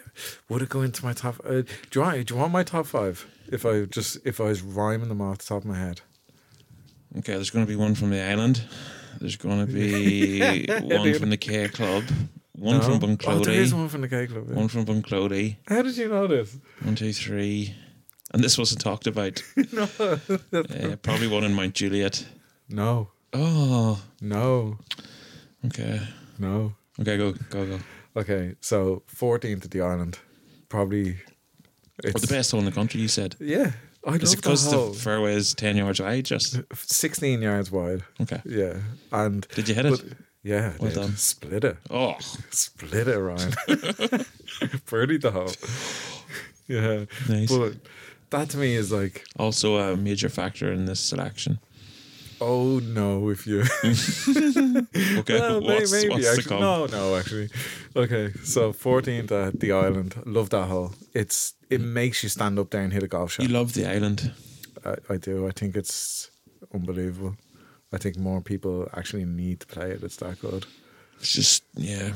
Speaker 1: Would it go into my top? Uh, do you want? Do you want my top five? If I just if I was rhyming them off the top of my head.
Speaker 2: Okay, there's going to be one from the island. There's going to be one
Speaker 1: dude.
Speaker 2: from the K Club. One
Speaker 1: No?
Speaker 2: from
Speaker 1: Oh, there is
Speaker 2: Bunclody.
Speaker 1: one from the gay club. yeah.
Speaker 2: one from Bunclody.
Speaker 1: How did you know this?
Speaker 2: One, two, three. And this wasn't talked about.
Speaker 1: no.
Speaker 2: Uh, probably one in Mount Juliet.
Speaker 1: no,
Speaker 2: Oh,
Speaker 1: no,
Speaker 2: okay.
Speaker 1: no.
Speaker 2: Okay, go, go, go.
Speaker 1: Okay, so 14th at the island. Probably.
Speaker 2: Or
Speaker 1: It's,
Speaker 2: the best hole in the country, you said.
Speaker 1: Yeah. I love
Speaker 2: Is it
Speaker 1: the
Speaker 2: because the
Speaker 1: hole.
Speaker 2: fairway is 10 yards wide? Just
Speaker 1: 16 yards wide.
Speaker 2: okay.
Speaker 1: Yeah. And
Speaker 2: Did you hit
Speaker 1: but,
Speaker 2: it?
Speaker 1: yeah, I
Speaker 2: Well
Speaker 1: did.
Speaker 2: done.
Speaker 1: split it.
Speaker 2: Oh,
Speaker 1: Split it, Ryan. Birdied the hole. Yeah.
Speaker 2: nice.
Speaker 1: But that to me is like,
Speaker 2: also, a major factor in this selection.
Speaker 1: oh no, if you.
Speaker 2: Okay,
Speaker 1: Well, may-
Speaker 2: what's,
Speaker 1: maybe,
Speaker 2: what's
Speaker 1: actually.
Speaker 2: to come?
Speaker 1: No, no, actually. Okay, so 14th at the island. Love that hole. It's It makes you stand up there and hit a golf shot.
Speaker 2: Mm. You love the island.
Speaker 1: I, I do. I think it's unbelievable. I think more people actually need to play it. It's that good.
Speaker 2: It's just, yeah.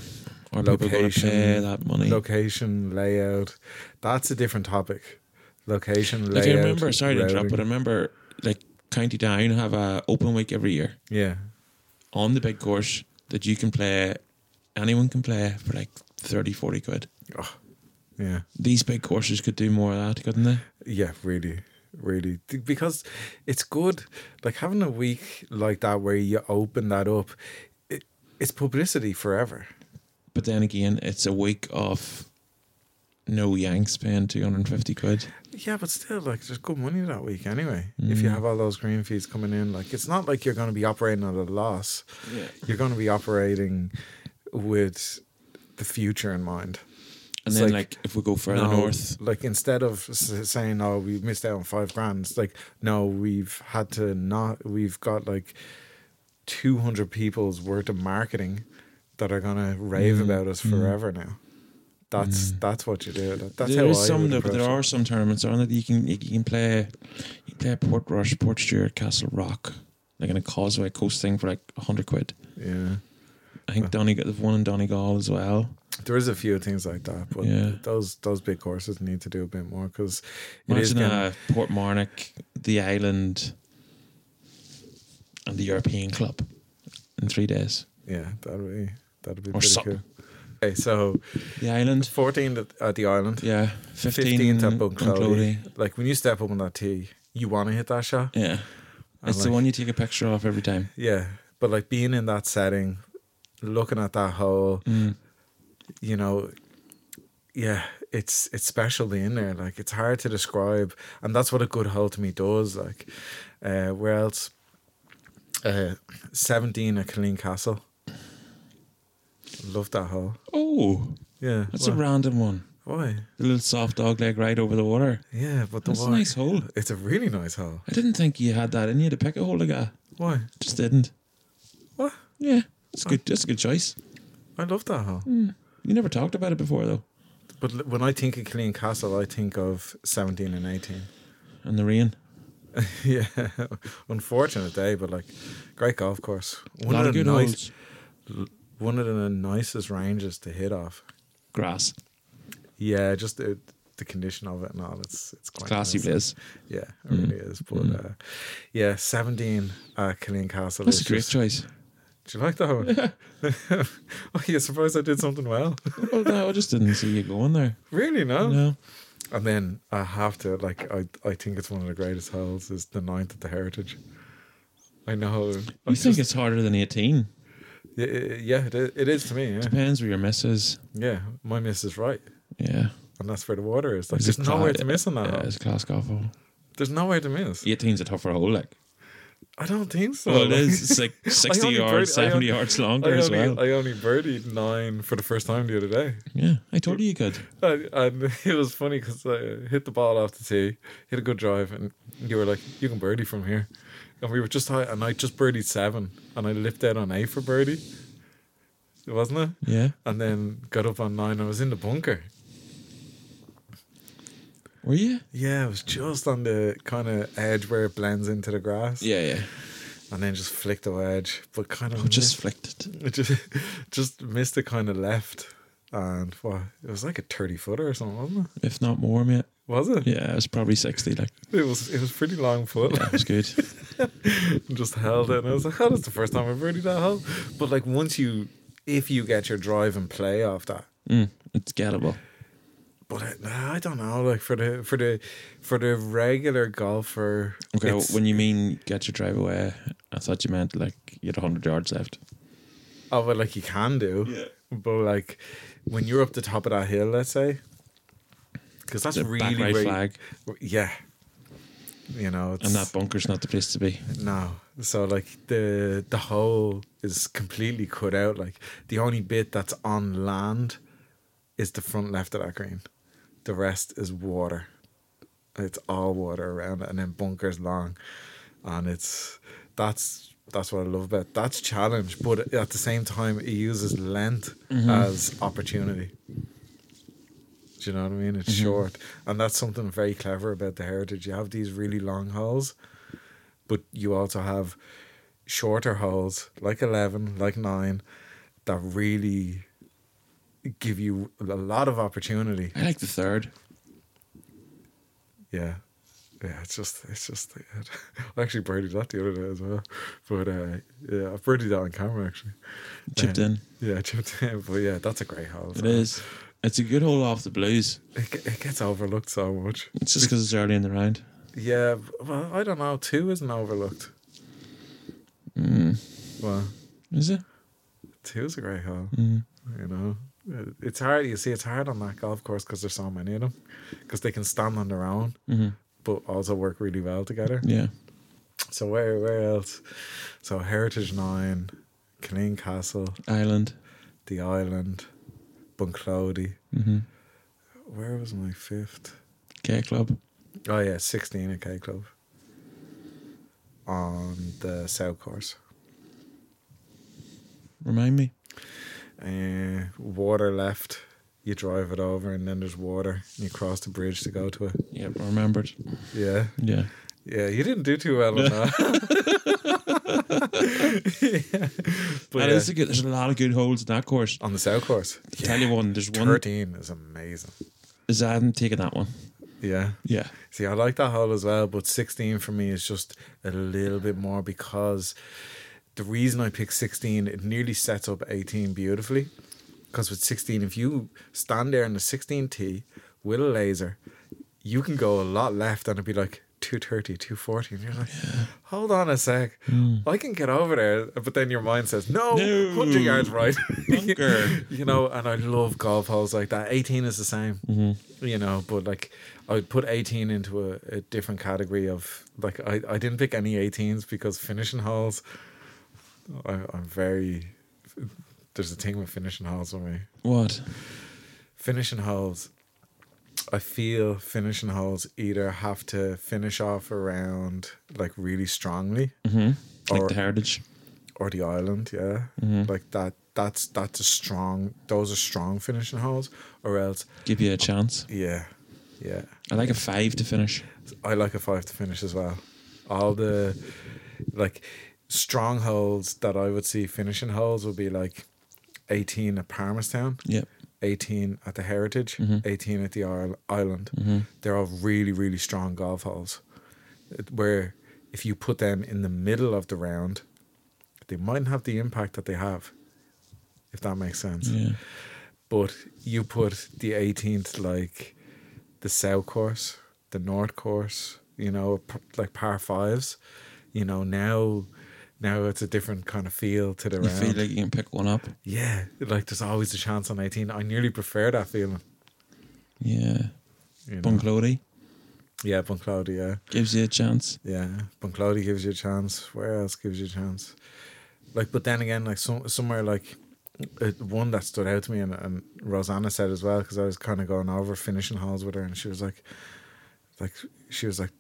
Speaker 2: Are people going to
Speaker 1: Location.
Speaker 2: pay that money?
Speaker 1: Location, layout. That's a different topic. Location, layout.
Speaker 2: like, I remember, sorry to interrupt,
Speaker 1: routing.
Speaker 2: but I remember, like, County Down have a open week every year.
Speaker 1: Yeah.
Speaker 2: on the big course that you can play, anyone can play for like 30, 40 quid.
Speaker 1: Yeah.
Speaker 2: These big courses could do more of that, couldn't they?
Speaker 1: Yeah, really, really. Th- Because it's good, like having a week like that where you open that up, it, it's publicity forever.
Speaker 2: But then again, it's a week of no Yanks paying 250 quid.
Speaker 1: Yeah, but still, like, there's good money that week anyway. If you have all those green fees coming in, like, it's not like you're going to be operating at a loss.
Speaker 2: Yeah.
Speaker 1: You're going to be operating with the future in mind.
Speaker 2: And
Speaker 1: It's
Speaker 2: then,
Speaker 1: like,
Speaker 2: like, if we go further
Speaker 1: No,
Speaker 2: north,
Speaker 1: Like, instead of s- saying, oh, we missed out on five grand, it's like, no, we've had to not, we've got like 200 people's worth of marketing that are going to rave
Speaker 2: Mm,
Speaker 1: about us
Speaker 2: mm.
Speaker 1: forever now. That's that's what you do. That- That's
Speaker 2: there
Speaker 1: how
Speaker 2: is
Speaker 1: I
Speaker 2: some
Speaker 1: would
Speaker 2: that, but
Speaker 1: approach
Speaker 2: there
Speaker 1: it.
Speaker 2: are some tournaments aren't there that you can you can play you can play Port Rush, Port Stewart, Castle Rock, like in a Causeway Coast thing for like hundred quid.
Speaker 1: Yeah.
Speaker 2: I
Speaker 1: Uh-huh.
Speaker 2: think Donegal, they've one in Donegal as well.
Speaker 1: There is a few things like that, but
Speaker 2: Yeah.
Speaker 1: those those big courses need to do a bit more because it is
Speaker 2: Imagine
Speaker 1: getting,
Speaker 2: uh, Port Marnock, the island, and the European club in three days.
Speaker 1: yeah that'd be that'd be
Speaker 2: Or
Speaker 1: pretty
Speaker 2: something.
Speaker 1: cool. Okay, so
Speaker 2: The island,
Speaker 1: 14th at- at the island,
Speaker 2: yeah,
Speaker 1: 15th
Speaker 2: fifteenth
Speaker 1: at Bunclody. Like when you step up on that tee, you want to hit that shot.
Speaker 2: Yeah,
Speaker 1: And,
Speaker 2: it's the
Speaker 1: like,
Speaker 2: one you take a picture of every time.
Speaker 1: Yeah, but like being in that setting, looking at that hole,
Speaker 2: Mm.
Speaker 1: you know, yeah, it's it's special being there. Like it's hard to describe, and that's what a good hole to me does. Like, uh, where else? Uh, Seventeen at Killeen Castle. Love that hole.
Speaker 2: Oh,
Speaker 1: Yeah,
Speaker 2: that's a
Speaker 1: why?
Speaker 2: random one.
Speaker 1: why?
Speaker 2: The little soft dog leg right over the water.
Speaker 1: Yeah, but the
Speaker 2: That's a
Speaker 1: why?
Speaker 2: nice hole.
Speaker 1: It's a really nice hole.
Speaker 2: I didn't think you had that in you to pick a hole like that.
Speaker 1: Why?
Speaker 2: Just didn't.
Speaker 1: What?
Speaker 2: Yeah, it's good. That's a good choice.
Speaker 1: I love that hole.
Speaker 2: You never talked about it before though.
Speaker 1: But l- when I think of Killeen Castle, I think of seventeen and eighteen.
Speaker 2: And the rain.
Speaker 1: Yeah, unfortunate day, but like great golf course.
Speaker 2: A
Speaker 1: One
Speaker 2: lot
Speaker 1: of,
Speaker 2: of
Speaker 1: the
Speaker 2: good
Speaker 1: nice,
Speaker 2: holes.
Speaker 1: one of the nicest ranges to hit off.
Speaker 2: Grass.
Speaker 1: Yeah, just the, the condition of it and all. It's it's quite
Speaker 2: Classy
Speaker 1: nice.
Speaker 2: place. Mm.
Speaker 1: Yeah, it really is. But uh, yeah, seventeen uh, Killeen Castle.
Speaker 2: That's
Speaker 1: is
Speaker 2: a great
Speaker 1: just-
Speaker 2: choice.
Speaker 1: Do you like that one? oh, you're surprised I did something well.
Speaker 2: Well, no, I just didn't see you going there.
Speaker 1: really? No.
Speaker 2: No.
Speaker 1: And then I have to like I I think it's one of the greatest holes is the ninth at the Heritage. I know. I
Speaker 2: You
Speaker 1: just-
Speaker 2: think it's harder than 18.
Speaker 1: Yeah, yeah, it is, it is to me. Yeah,
Speaker 2: Depends where your miss is.
Speaker 1: yeah, my miss is right,
Speaker 2: Yeah.
Speaker 1: and that's where the water is. Like,
Speaker 2: It's a
Speaker 1: there's nowhere
Speaker 2: cla-
Speaker 1: to miss on that.
Speaker 2: Yeah,
Speaker 1: hole.
Speaker 2: it's a class golf hole.
Speaker 1: There's nowhere to miss.
Speaker 2: 18's a tougher hole, like.
Speaker 1: I don't think so.
Speaker 2: Well, it
Speaker 1: Oh, Like,
Speaker 2: is. It's like 60
Speaker 1: only
Speaker 2: yards,
Speaker 1: bird- I
Speaker 2: 70
Speaker 1: only-
Speaker 2: yards
Speaker 1: I
Speaker 2: longer as
Speaker 1: only,
Speaker 2: well.
Speaker 1: I only birdied nine for the first time the other day,
Speaker 2: yeah, I told you you could.
Speaker 1: and, and it was funny because I hit the ball off the tee, hit a good drive, and you were like, "You can birdie from here," and we were just high, and I just birdied seven, and I lipped out on eight for birdie. wasn't it?
Speaker 2: Yeah.
Speaker 1: And then got up on nine. I was in the bunker.
Speaker 2: Were you?
Speaker 1: Yeah, it was just on the kind of edge where it blends into the grass.
Speaker 2: Yeah, yeah.
Speaker 1: And then just flicked the edge, but kind of
Speaker 2: Oh, just flicked it.
Speaker 1: It just just missed the kind of left and what it was like a 30 footer or something wasn't it
Speaker 2: If not more, mate.
Speaker 1: was it
Speaker 2: Yeah, it was probably 60. Like,
Speaker 1: it was it was pretty long foot
Speaker 2: yeah, it was good.
Speaker 1: just held it and I was like oh that's the first time I've really that held but like once you if you get your drive and play off that
Speaker 2: Mm, it's gettable.
Speaker 1: but I, nah, I don't know like for the for the for the regular golfer
Speaker 2: Okay,
Speaker 1: it's-
Speaker 2: when you mean get your drive away, I thought you meant like you had 100 yards left.
Speaker 1: oh well like you can do
Speaker 2: Yeah.
Speaker 1: but like when you're up the top of that hill let's say because that's
Speaker 2: The
Speaker 1: really
Speaker 2: back right
Speaker 1: where you-
Speaker 2: flag,
Speaker 1: yeah you know it's
Speaker 2: and that bunker's not the place to be.
Speaker 1: No. So like the the hole is completely cut out. Like the only bit that's on land is the front left of that green. The rest is water. It's all water around it, and then bunkers long, and it's that's that's what I love about it. that's challenge. But at the same time, it uses length as opportunity. Do you know what I mean? It's short, and that's something very clever about the heritage. You have these really long holes, but you also have shorter holes like 11 like 9 that really give you a lot of opportunity
Speaker 2: I like the third.
Speaker 1: yeah yeah it's just it's just i actually birdied that the other day as well but uh yeah i birdied that on camera actually
Speaker 2: Chipped
Speaker 1: Uh,
Speaker 2: in.
Speaker 1: yeah I chipped in but yeah that's a great hole
Speaker 2: It is. It's a good hole off the blues.
Speaker 1: it, ge- it gets overlooked so much
Speaker 2: It's just because it's early in the round.
Speaker 1: yeah well i don't know two isn't overlooked
Speaker 2: Mm.
Speaker 1: well
Speaker 2: Is it?
Speaker 1: two's a great hole
Speaker 2: Mm.
Speaker 1: you know It- it's hard you see it's hard on that golf course because there's so many of them because they can stand on their own
Speaker 2: hmm
Speaker 1: but also work really well together
Speaker 2: Yeah.
Speaker 1: so where where else so heritage 9 Killeen Castle
Speaker 2: Island.
Speaker 1: the island Bunclody
Speaker 2: Mm-hmm.
Speaker 1: where was my fifth
Speaker 2: K Club.
Speaker 1: oh yeah 16 at K Club on the south course
Speaker 2: Remind me.
Speaker 1: uh, water left you drive it over and then there's water and you cross the bridge to go to it
Speaker 2: Yeah, I remembered.
Speaker 1: yeah
Speaker 2: Yeah.
Speaker 1: Yeah, you didn't do too well on that. But uh,
Speaker 2: That
Speaker 1: yeah,
Speaker 2: is a good, there's a lot of good holes in that course.
Speaker 1: on the south course,
Speaker 2: I'll tell you one. There's one.
Speaker 1: 13 is amazing.
Speaker 2: Is I hadn't taken that one.
Speaker 1: Yeah.
Speaker 2: Yeah.
Speaker 1: See, I like that hole as well, but 16 for me is just a little bit more because the reason I picked 16, it nearly sets up 18 beautifully. Because with 16, if you stand there in the 16 tee with a laser, you can go a lot left and it'd be like 230, 240. And you're like, hold on a sec, I can get over there. But then your mind says, no,
Speaker 2: No.
Speaker 1: 100 yards right.
Speaker 2: Bunker.
Speaker 1: you know, and I love golf holes like that. 18 is the same, you know, but like I would put 18 into a, a different category of like, I, I didn't pick any 18s because finishing holes, I, I'm very, there's a thing with finishing holes with me.
Speaker 2: What?
Speaker 1: Finishing holes, I feel finishing holes either have to finish off around like really strongly
Speaker 2: Mm-hmm. Like
Speaker 1: Or-
Speaker 2: the Heritage.
Speaker 1: or the island, yeah. Like that that's that's a strong those are strong finishing holes or else
Speaker 2: Give you a chance.
Speaker 1: yeah. Yeah.
Speaker 2: I like a five to finish.
Speaker 1: I like a five to finish as well. All the like strong holes that I would see finishing holes would be like 18 at Palmerstown,
Speaker 2: Yep.
Speaker 1: 18 at the Heritage, 18 at the Isle- Island.
Speaker 2: Mhm.
Speaker 1: They're all really, really strong golf holes. It- Where if you put them in the middle of the round, they mightn't have the impact that they have, if that makes sense
Speaker 2: Yeah.
Speaker 1: but you put the 18th like the south course the north course you know p- like par fives you know now now it's a different kind of feel to the
Speaker 2: You
Speaker 1: round
Speaker 2: feel like you can pick one up.
Speaker 1: yeah like there's always a chance on 18 i nearly prefer that feeling
Speaker 2: Yeah.
Speaker 1: you know?
Speaker 2: Bunclody
Speaker 1: yeah bunclody yeah
Speaker 2: gives you a chance.
Speaker 1: yeah bunclody gives you a chance where else gives you a chance like but then again like some, somewhere like uh, one that stood out to me and, and Rosanna said as well because I was kind of going over finishing holes with her and she was like like she was like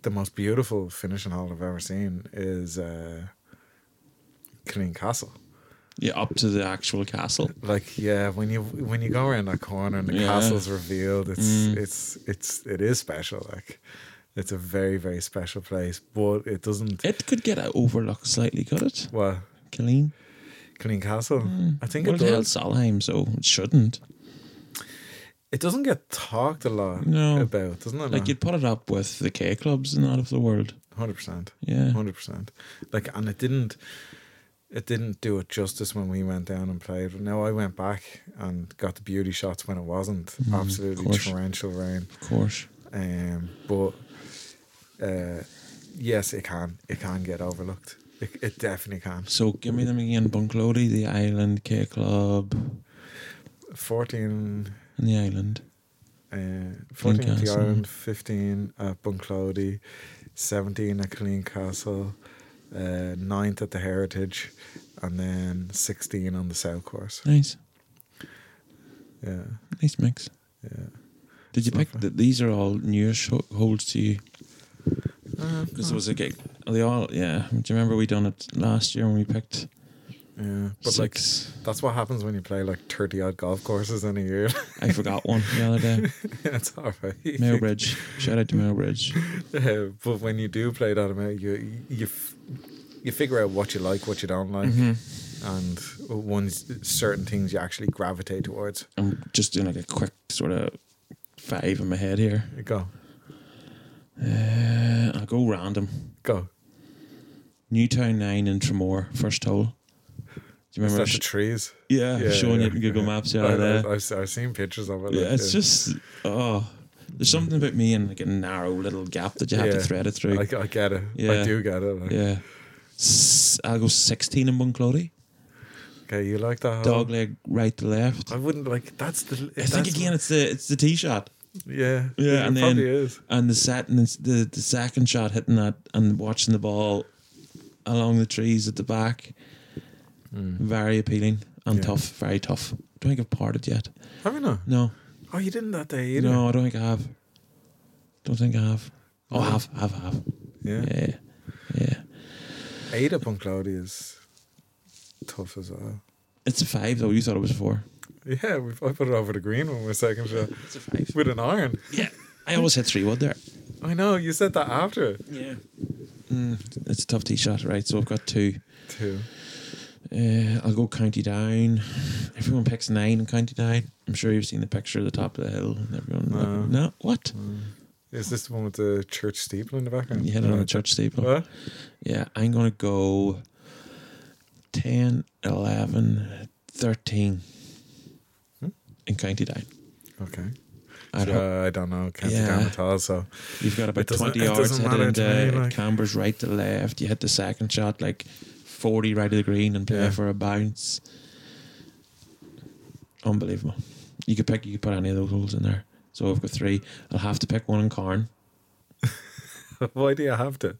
Speaker 1: the most beautiful finishing hole I've ever seen is uh Killeen Castle
Speaker 2: Yeah, up to the actual castle.
Speaker 1: Like yeah, when you when you go around that corner and the
Speaker 2: Yeah.
Speaker 1: castle's revealed, it's
Speaker 2: Mm.
Speaker 1: it's it's it is special. Like it's a very very special place, but it doesn't.
Speaker 2: It could get overlooked slightly, could it?
Speaker 1: Well,
Speaker 2: Killeen?
Speaker 1: Killeen Castle. I think
Speaker 2: Well,
Speaker 1: it
Speaker 2: it
Speaker 1: does.
Speaker 2: held Solheim, so it shouldn't.
Speaker 1: It doesn't get talked a lot
Speaker 2: No.
Speaker 1: about, doesn't it?
Speaker 2: Like, you'd put it up with the K clubs and that of the world.
Speaker 1: hundred percent.
Speaker 2: Yeah.
Speaker 1: hundred percent. Like, and it didn't, it didn't do it justice when we went down and played. Now I went back and got the beauty shots when it wasn't
Speaker 2: Mm, of
Speaker 1: absolutely
Speaker 2: course.
Speaker 1: torrential rain.
Speaker 2: Of course.
Speaker 1: Um, but uh, yes, it can. It can get overlooked. It, it definitely can.
Speaker 2: So give me them again Bunklody, the island, K Club,
Speaker 1: Fourteen.
Speaker 2: and the island.
Speaker 1: Uh, 14 at the
Speaker 2: Castle.
Speaker 1: Island, 15 at Bunclody, 17 at Killeen Castle, uh, 9th at the Heritage, and then 16 on the South Course.
Speaker 2: Nice.
Speaker 1: Yeah,
Speaker 2: Nice mix.
Speaker 1: yeah.
Speaker 2: Did you
Speaker 1: It's
Speaker 2: pick
Speaker 1: lovely.
Speaker 2: that? These are all newer sho holds to you.
Speaker 1: Uh,
Speaker 2: Because it was a gig. Are they all, yeah. Do you remember we done it last year when we picked
Speaker 1: yeah, but like
Speaker 2: six?
Speaker 1: that's what happens when you play like 30 odd golf courses in a year.
Speaker 2: I forgot one the other day.
Speaker 1: it's all right.
Speaker 2: Mailbridge. Shout out to Mailbridge.
Speaker 1: Uh, but when you do play that amount, you, you, f- you figure out what you like, what you don't like,
Speaker 2: Mm-hmm.
Speaker 1: and ones certain things you actually gravitate towards.
Speaker 2: I'm just doing like a quick sort of five in my head here.
Speaker 1: Go,
Speaker 2: Uh, I'll go random.
Speaker 1: go.
Speaker 2: Newtown 9 in Tremor, first hole. Do you
Speaker 1: Is
Speaker 2: remember?
Speaker 1: that the trees?
Speaker 2: yeah,
Speaker 1: Yeah,
Speaker 2: showing
Speaker 1: yeah,
Speaker 2: you in Google
Speaker 1: yeah.
Speaker 2: Maps.
Speaker 1: I,
Speaker 2: Yeah, there.
Speaker 1: have seen pictures of it.
Speaker 2: yeah,
Speaker 1: like,
Speaker 2: it's just oh, there's something about me and like a narrow little gap that you have
Speaker 1: Yeah.
Speaker 2: to thread it through.
Speaker 1: I, I get it. I
Speaker 2: Yeah.
Speaker 1: do get it. like,
Speaker 2: yeah, S- I'll go 16 in Bunclody.
Speaker 1: Okay, you like that? whole-
Speaker 2: Dog leg right to left.
Speaker 1: I wouldn't like. That's the.
Speaker 2: Oh. I think
Speaker 1: that's-
Speaker 2: again it's the it's the tee shot
Speaker 1: Yeah.
Speaker 2: Yeah,
Speaker 1: It
Speaker 2: and then-
Speaker 1: probably is.
Speaker 2: and the set and it's the the second shot hitting that and watching the ball along the trees at the back. Very appealing
Speaker 1: Hmm.
Speaker 2: and
Speaker 1: Yeah.
Speaker 2: tough, very tough. Don't think I've parted yet.
Speaker 1: Have you not?
Speaker 2: No,
Speaker 1: Oh, you didn't that day either.
Speaker 2: no, I don't think I have. Don't think I have. Oh,
Speaker 1: No.
Speaker 2: I have, I have, I have.
Speaker 1: Yeah.
Speaker 2: yeah. yeah.
Speaker 1: Eight up on Cloudy is tough as well.
Speaker 2: It's a five though. You thought it was a four.
Speaker 1: Yeah, we I put it over the green one with second shot
Speaker 2: It's a five.
Speaker 1: with an iron.
Speaker 2: Yeah, I always hit three wood there.
Speaker 1: I know you said that after
Speaker 2: Yeah,
Speaker 1: Hmm.
Speaker 2: mm, it's a tough tee shot, right? So I've got two.
Speaker 1: too.
Speaker 2: Uh, I'll go county down. Everyone picks nine in county down. I'm sure you've seen the picture of the top of the hill. And everyone,
Speaker 1: No.
Speaker 2: no, what?
Speaker 1: Is this the one with the church steeple in the background?
Speaker 2: You hit it on the church steeple.
Speaker 1: What?
Speaker 2: Yeah, I'm gonna go 10, 11, 13
Speaker 1: Hmm?
Speaker 2: in county down.
Speaker 1: Okay.
Speaker 2: I
Speaker 1: So,
Speaker 2: hope
Speaker 1: I don't know. Can't
Speaker 2: Yeah.
Speaker 1: yeah. down at all. So
Speaker 2: You've got about
Speaker 1: It doesn't-
Speaker 2: twenty
Speaker 1: it
Speaker 2: yards
Speaker 1: doesn't
Speaker 2: heading
Speaker 1: matter to
Speaker 2: into
Speaker 1: me, like-
Speaker 2: cambers right to left. You hit the second shot like forty right of the green and play
Speaker 1: Yeah.
Speaker 2: for a bounce. Unbelievable. You could pick you could put any of those holes in there. So I've got three. I'll have to pick one in Carn
Speaker 1: why do you have to?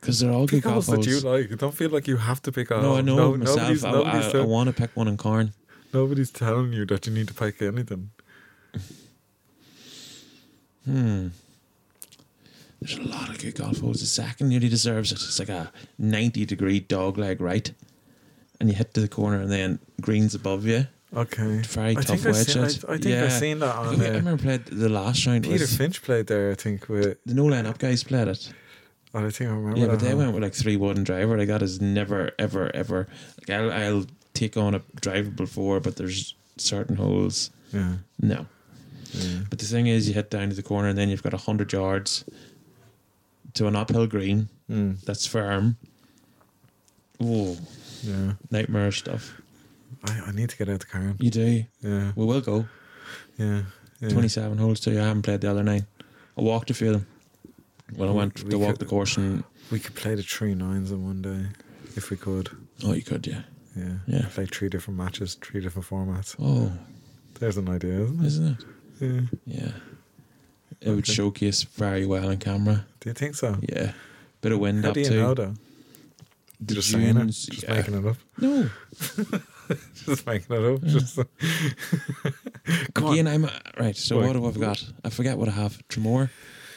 Speaker 2: because they're all good
Speaker 1: Pick
Speaker 2: golf
Speaker 1: holes that you
Speaker 2: holes.
Speaker 1: like. Don't feel like you have to pick a
Speaker 2: No,
Speaker 1: hole.
Speaker 2: I know
Speaker 1: No,
Speaker 2: myself.
Speaker 1: Nobody's,
Speaker 2: I,
Speaker 1: nobody's,
Speaker 2: I, I
Speaker 1: tell-
Speaker 2: want to pick one in Carn.
Speaker 1: nobody's telling you that you need to pick anything.
Speaker 2: Hmm. There's a lot of good golf holes. The second nearly deserves it. It's like a 90 degree dog leg right, and you hit to the corner, and then greens above you.
Speaker 1: Okay.
Speaker 2: Very
Speaker 1: I
Speaker 2: tough
Speaker 1: think,
Speaker 2: wedge
Speaker 1: I've seen, I, I
Speaker 2: shots.
Speaker 1: think
Speaker 2: Yeah.
Speaker 1: I've seen that
Speaker 2: I
Speaker 1: on
Speaker 2: think I
Speaker 1: uh,
Speaker 2: remember played the last round.
Speaker 1: Peter
Speaker 2: was,
Speaker 1: Finch played there, I think, with.
Speaker 2: the no line up guys played it.
Speaker 1: Oh, I think I remember.
Speaker 2: Yeah, but
Speaker 1: that
Speaker 2: they
Speaker 1: now.
Speaker 2: went with like three wooden driver. Like that is never, ever, ever. Like I'll, I'll take on a driver before, but there's certain holes.
Speaker 1: Yeah.
Speaker 2: No,
Speaker 1: yeah.
Speaker 2: but the thing is, you hit down to the corner, and then you've got hundred yards to an uphill green
Speaker 1: Mm,
Speaker 2: that's firm. Oh,
Speaker 1: yeah.
Speaker 2: nightmare stuff.
Speaker 1: I, I need to get out the car.
Speaker 2: You do.
Speaker 1: Yeah.
Speaker 2: We will go.
Speaker 1: Yeah. yeah.
Speaker 2: Twenty-seven holes too. I haven't played the other nine. I walked a few of them. Well, I went
Speaker 1: We
Speaker 2: to walk
Speaker 1: could-
Speaker 2: the course and
Speaker 1: We could play the three nines in one day if we could.
Speaker 2: oh, you could, yeah.
Speaker 1: Yeah.
Speaker 2: Yeah.
Speaker 1: Play three different matches, three different formats.
Speaker 2: Oh,
Speaker 1: There's an idea, isn't it?
Speaker 2: isn't it?
Speaker 1: Yeah.
Speaker 2: Yeah. It would
Speaker 1: Okay.
Speaker 2: showcase very well on camera.
Speaker 1: Do you think so?
Speaker 2: Yeah. Bit of wind
Speaker 1: How
Speaker 2: up
Speaker 1: do you
Speaker 2: too.
Speaker 1: know though?
Speaker 2: The
Speaker 1: just saying it,
Speaker 2: dunes,
Speaker 1: just
Speaker 2: yeah.
Speaker 1: making it up,
Speaker 2: No.
Speaker 1: just making it up. Just Come on.
Speaker 2: Again, I'm uh, right. So
Speaker 1: Go
Speaker 2: what
Speaker 1: on.
Speaker 2: have I got? I forget what I have. Tremor,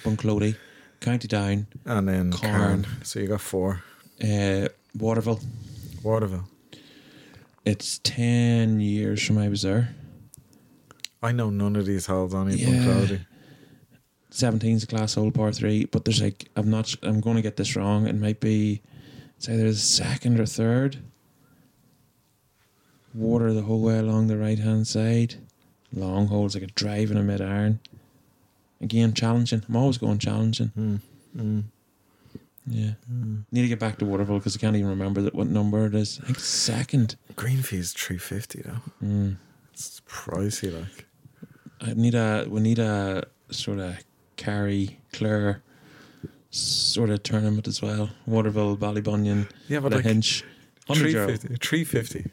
Speaker 2: Bunclody, County Down,
Speaker 1: and then
Speaker 2: Cairn.
Speaker 1: Cairn. So you got four.
Speaker 2: uh, Waterville,
Speaker 1: Waterville.
Speaker 2: It's ten years from I was there.
Speaker 1: I know none of these holes on even
Speaker 2: Yeah.
Speaker 1: Cloudy.
Speaker 2: 17's a class old par three, but there's like I'm not. s- I'm going to get this wrong. It might be it's either the second or third. Water the whole way along the right hand side. Long holes like a drive and a mid iron. Again, challenging. I'm always going challenging.
Speaker 1: Mm, mm,
Speaker 2: Yeah,
Speaker 1: mm.
Speaker 2: need to get back to Waterville because I can't even remember that what number it is. I think it's second.
Speaker 1: Green fee is 350 though.
Speaker 2: Mm.
Speaker 1: It's pricey, like.
Speaker 2: I need a we need a sort of carry clear sort of tournament as well. Waterville, Ballybunion,
Speaker 1: Yeah, but
Speaker 2: the
Speaker 1: like
Speaker 2: Hinch. 100 euro.
Speaker 1: 350, 350.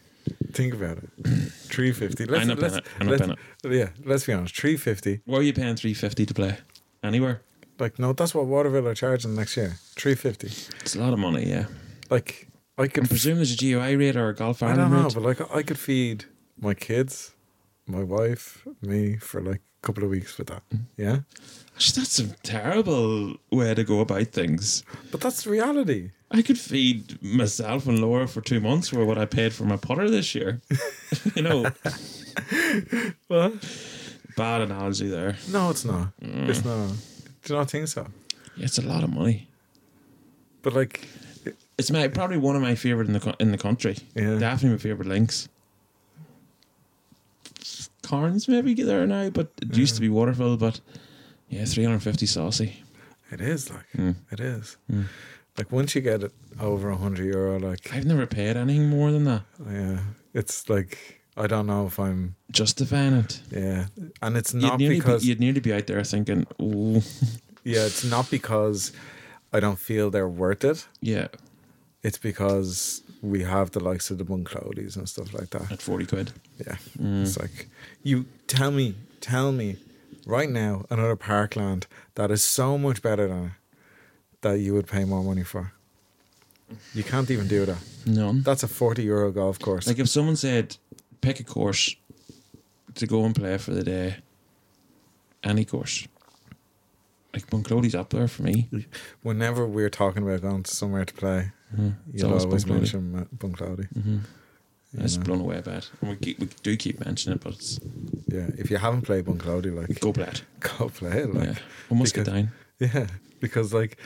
Speaker 1: Think about it. 350. Let's,
Speaker 2: I'm not paying
Speaker 1: let's,
Speaker 2: it. I'm not
Speaker 1: let's-
Speaker 2: paying it.
Speaker 1: yeah, let's be honest. 350.
Speaker 2: Where are you paying three fifty to play? Anywhere.
Speaker 1: Like, no, that's what Waterville are charging next year. 350.
Speaker 2: It's a lot of money, yeah.
Speaker 1: Like, I
Speaker 2: I
Speaker 1: could,
Speaker 2: presume there's a GUI rate or a golf
Speaker 1: I
Speaker 2: Ireland
Speaker 1: don't know,
Speaker 2: rate.
Speaker 1: but like, I could feed my kids, my wife, me for like a couple of weeks with that.
Speaker 2: Mm.
Speaker 1: Yeah.
Speaker 2: Actually, that's a terrible way to go about things.
Speaker 1: But that's the reality.
Speaker 2: I could feed myself and Laura for two months for what I paid for my putter this year. you know,
Speaker 1: Well,
Speaker 2: bad analogy there.
Speaker 1: no, it's not.
Speaker 2: Mm.
Speaker 1: It's not. Do you not think so?
Speaker 2: Yeah, it's a lot of money.
Speaker 1: But like,
Speaker 2: It's my probably one of my favorite in the co- in the country.
Speaker 1: Yeah.
Speaker 2: definitely my favorite links. Carnes maybe get there now, but it used to be Waterville. But yeah, three hundred fifty saucy.
Speaker 1: it is like,
Speaker 2: Mm.
Speaker 1: it is.
Speaker 2: Mm.
Speaker 1: Like, once you get it over 100 euro, like,
Speaker 2: I've never paid anything more than that.
Speaker 1: Yeah, it's like I don't know if I'm.
Speaker 2: Justifying it.
Speaker 1: Yeah, and it's
Speaker 2: You'd
Speaker 1: not
Speaker 2: nearly,
Speaker 1: because
Speaker 2: be, you'd nearly be out there thinking, oh,
Speaker 1: yeah, it's not because I don't feel they're worth it.
Speaker 2: yeah,
Speaker 1: It's because we have the likes of the Bunclodies and stuff like that.
Speaker 2: at 40 quid.
Speaker 1: Yeah,
Speaker 2: Mm.
Speaker 1: it's like you tell me, tell me right now another parkland that is so much better than it that you would pay more money for. You can't even do that.
Speaker 2: None.
Speaker 1: That's a forty euro golf course.
Speaker 2: Like if someone said, pick a course to go and play for the day, any course. Like Bunclody's up there for me.
Speaker 1: Whenever we're talking about going to somewhere to play,
Speaker 2: Mhm. It's
Speaker 1: you'll
Speaker 2: always
Speaker 1: always
Speaker 2: Bunclody.
Speaker 1: mention uh, Ma- Bunclody.
Speaker 2: Mm-hmm.
Speaker 1: you
Speaker 2: It's
Speaker 1: know.
Speaker 2: blown away by it. And we, keep, we do keep mentioning it, but it's
Speaker 1: Yeah, if you haven't played Bunclody, like
Speaker 2: go blad.
Speaker 1: go play it,
Speaker 2: yeah.
Speaker 1: like
Speaker 2: We must get down.
Speaker 1: yeah. because like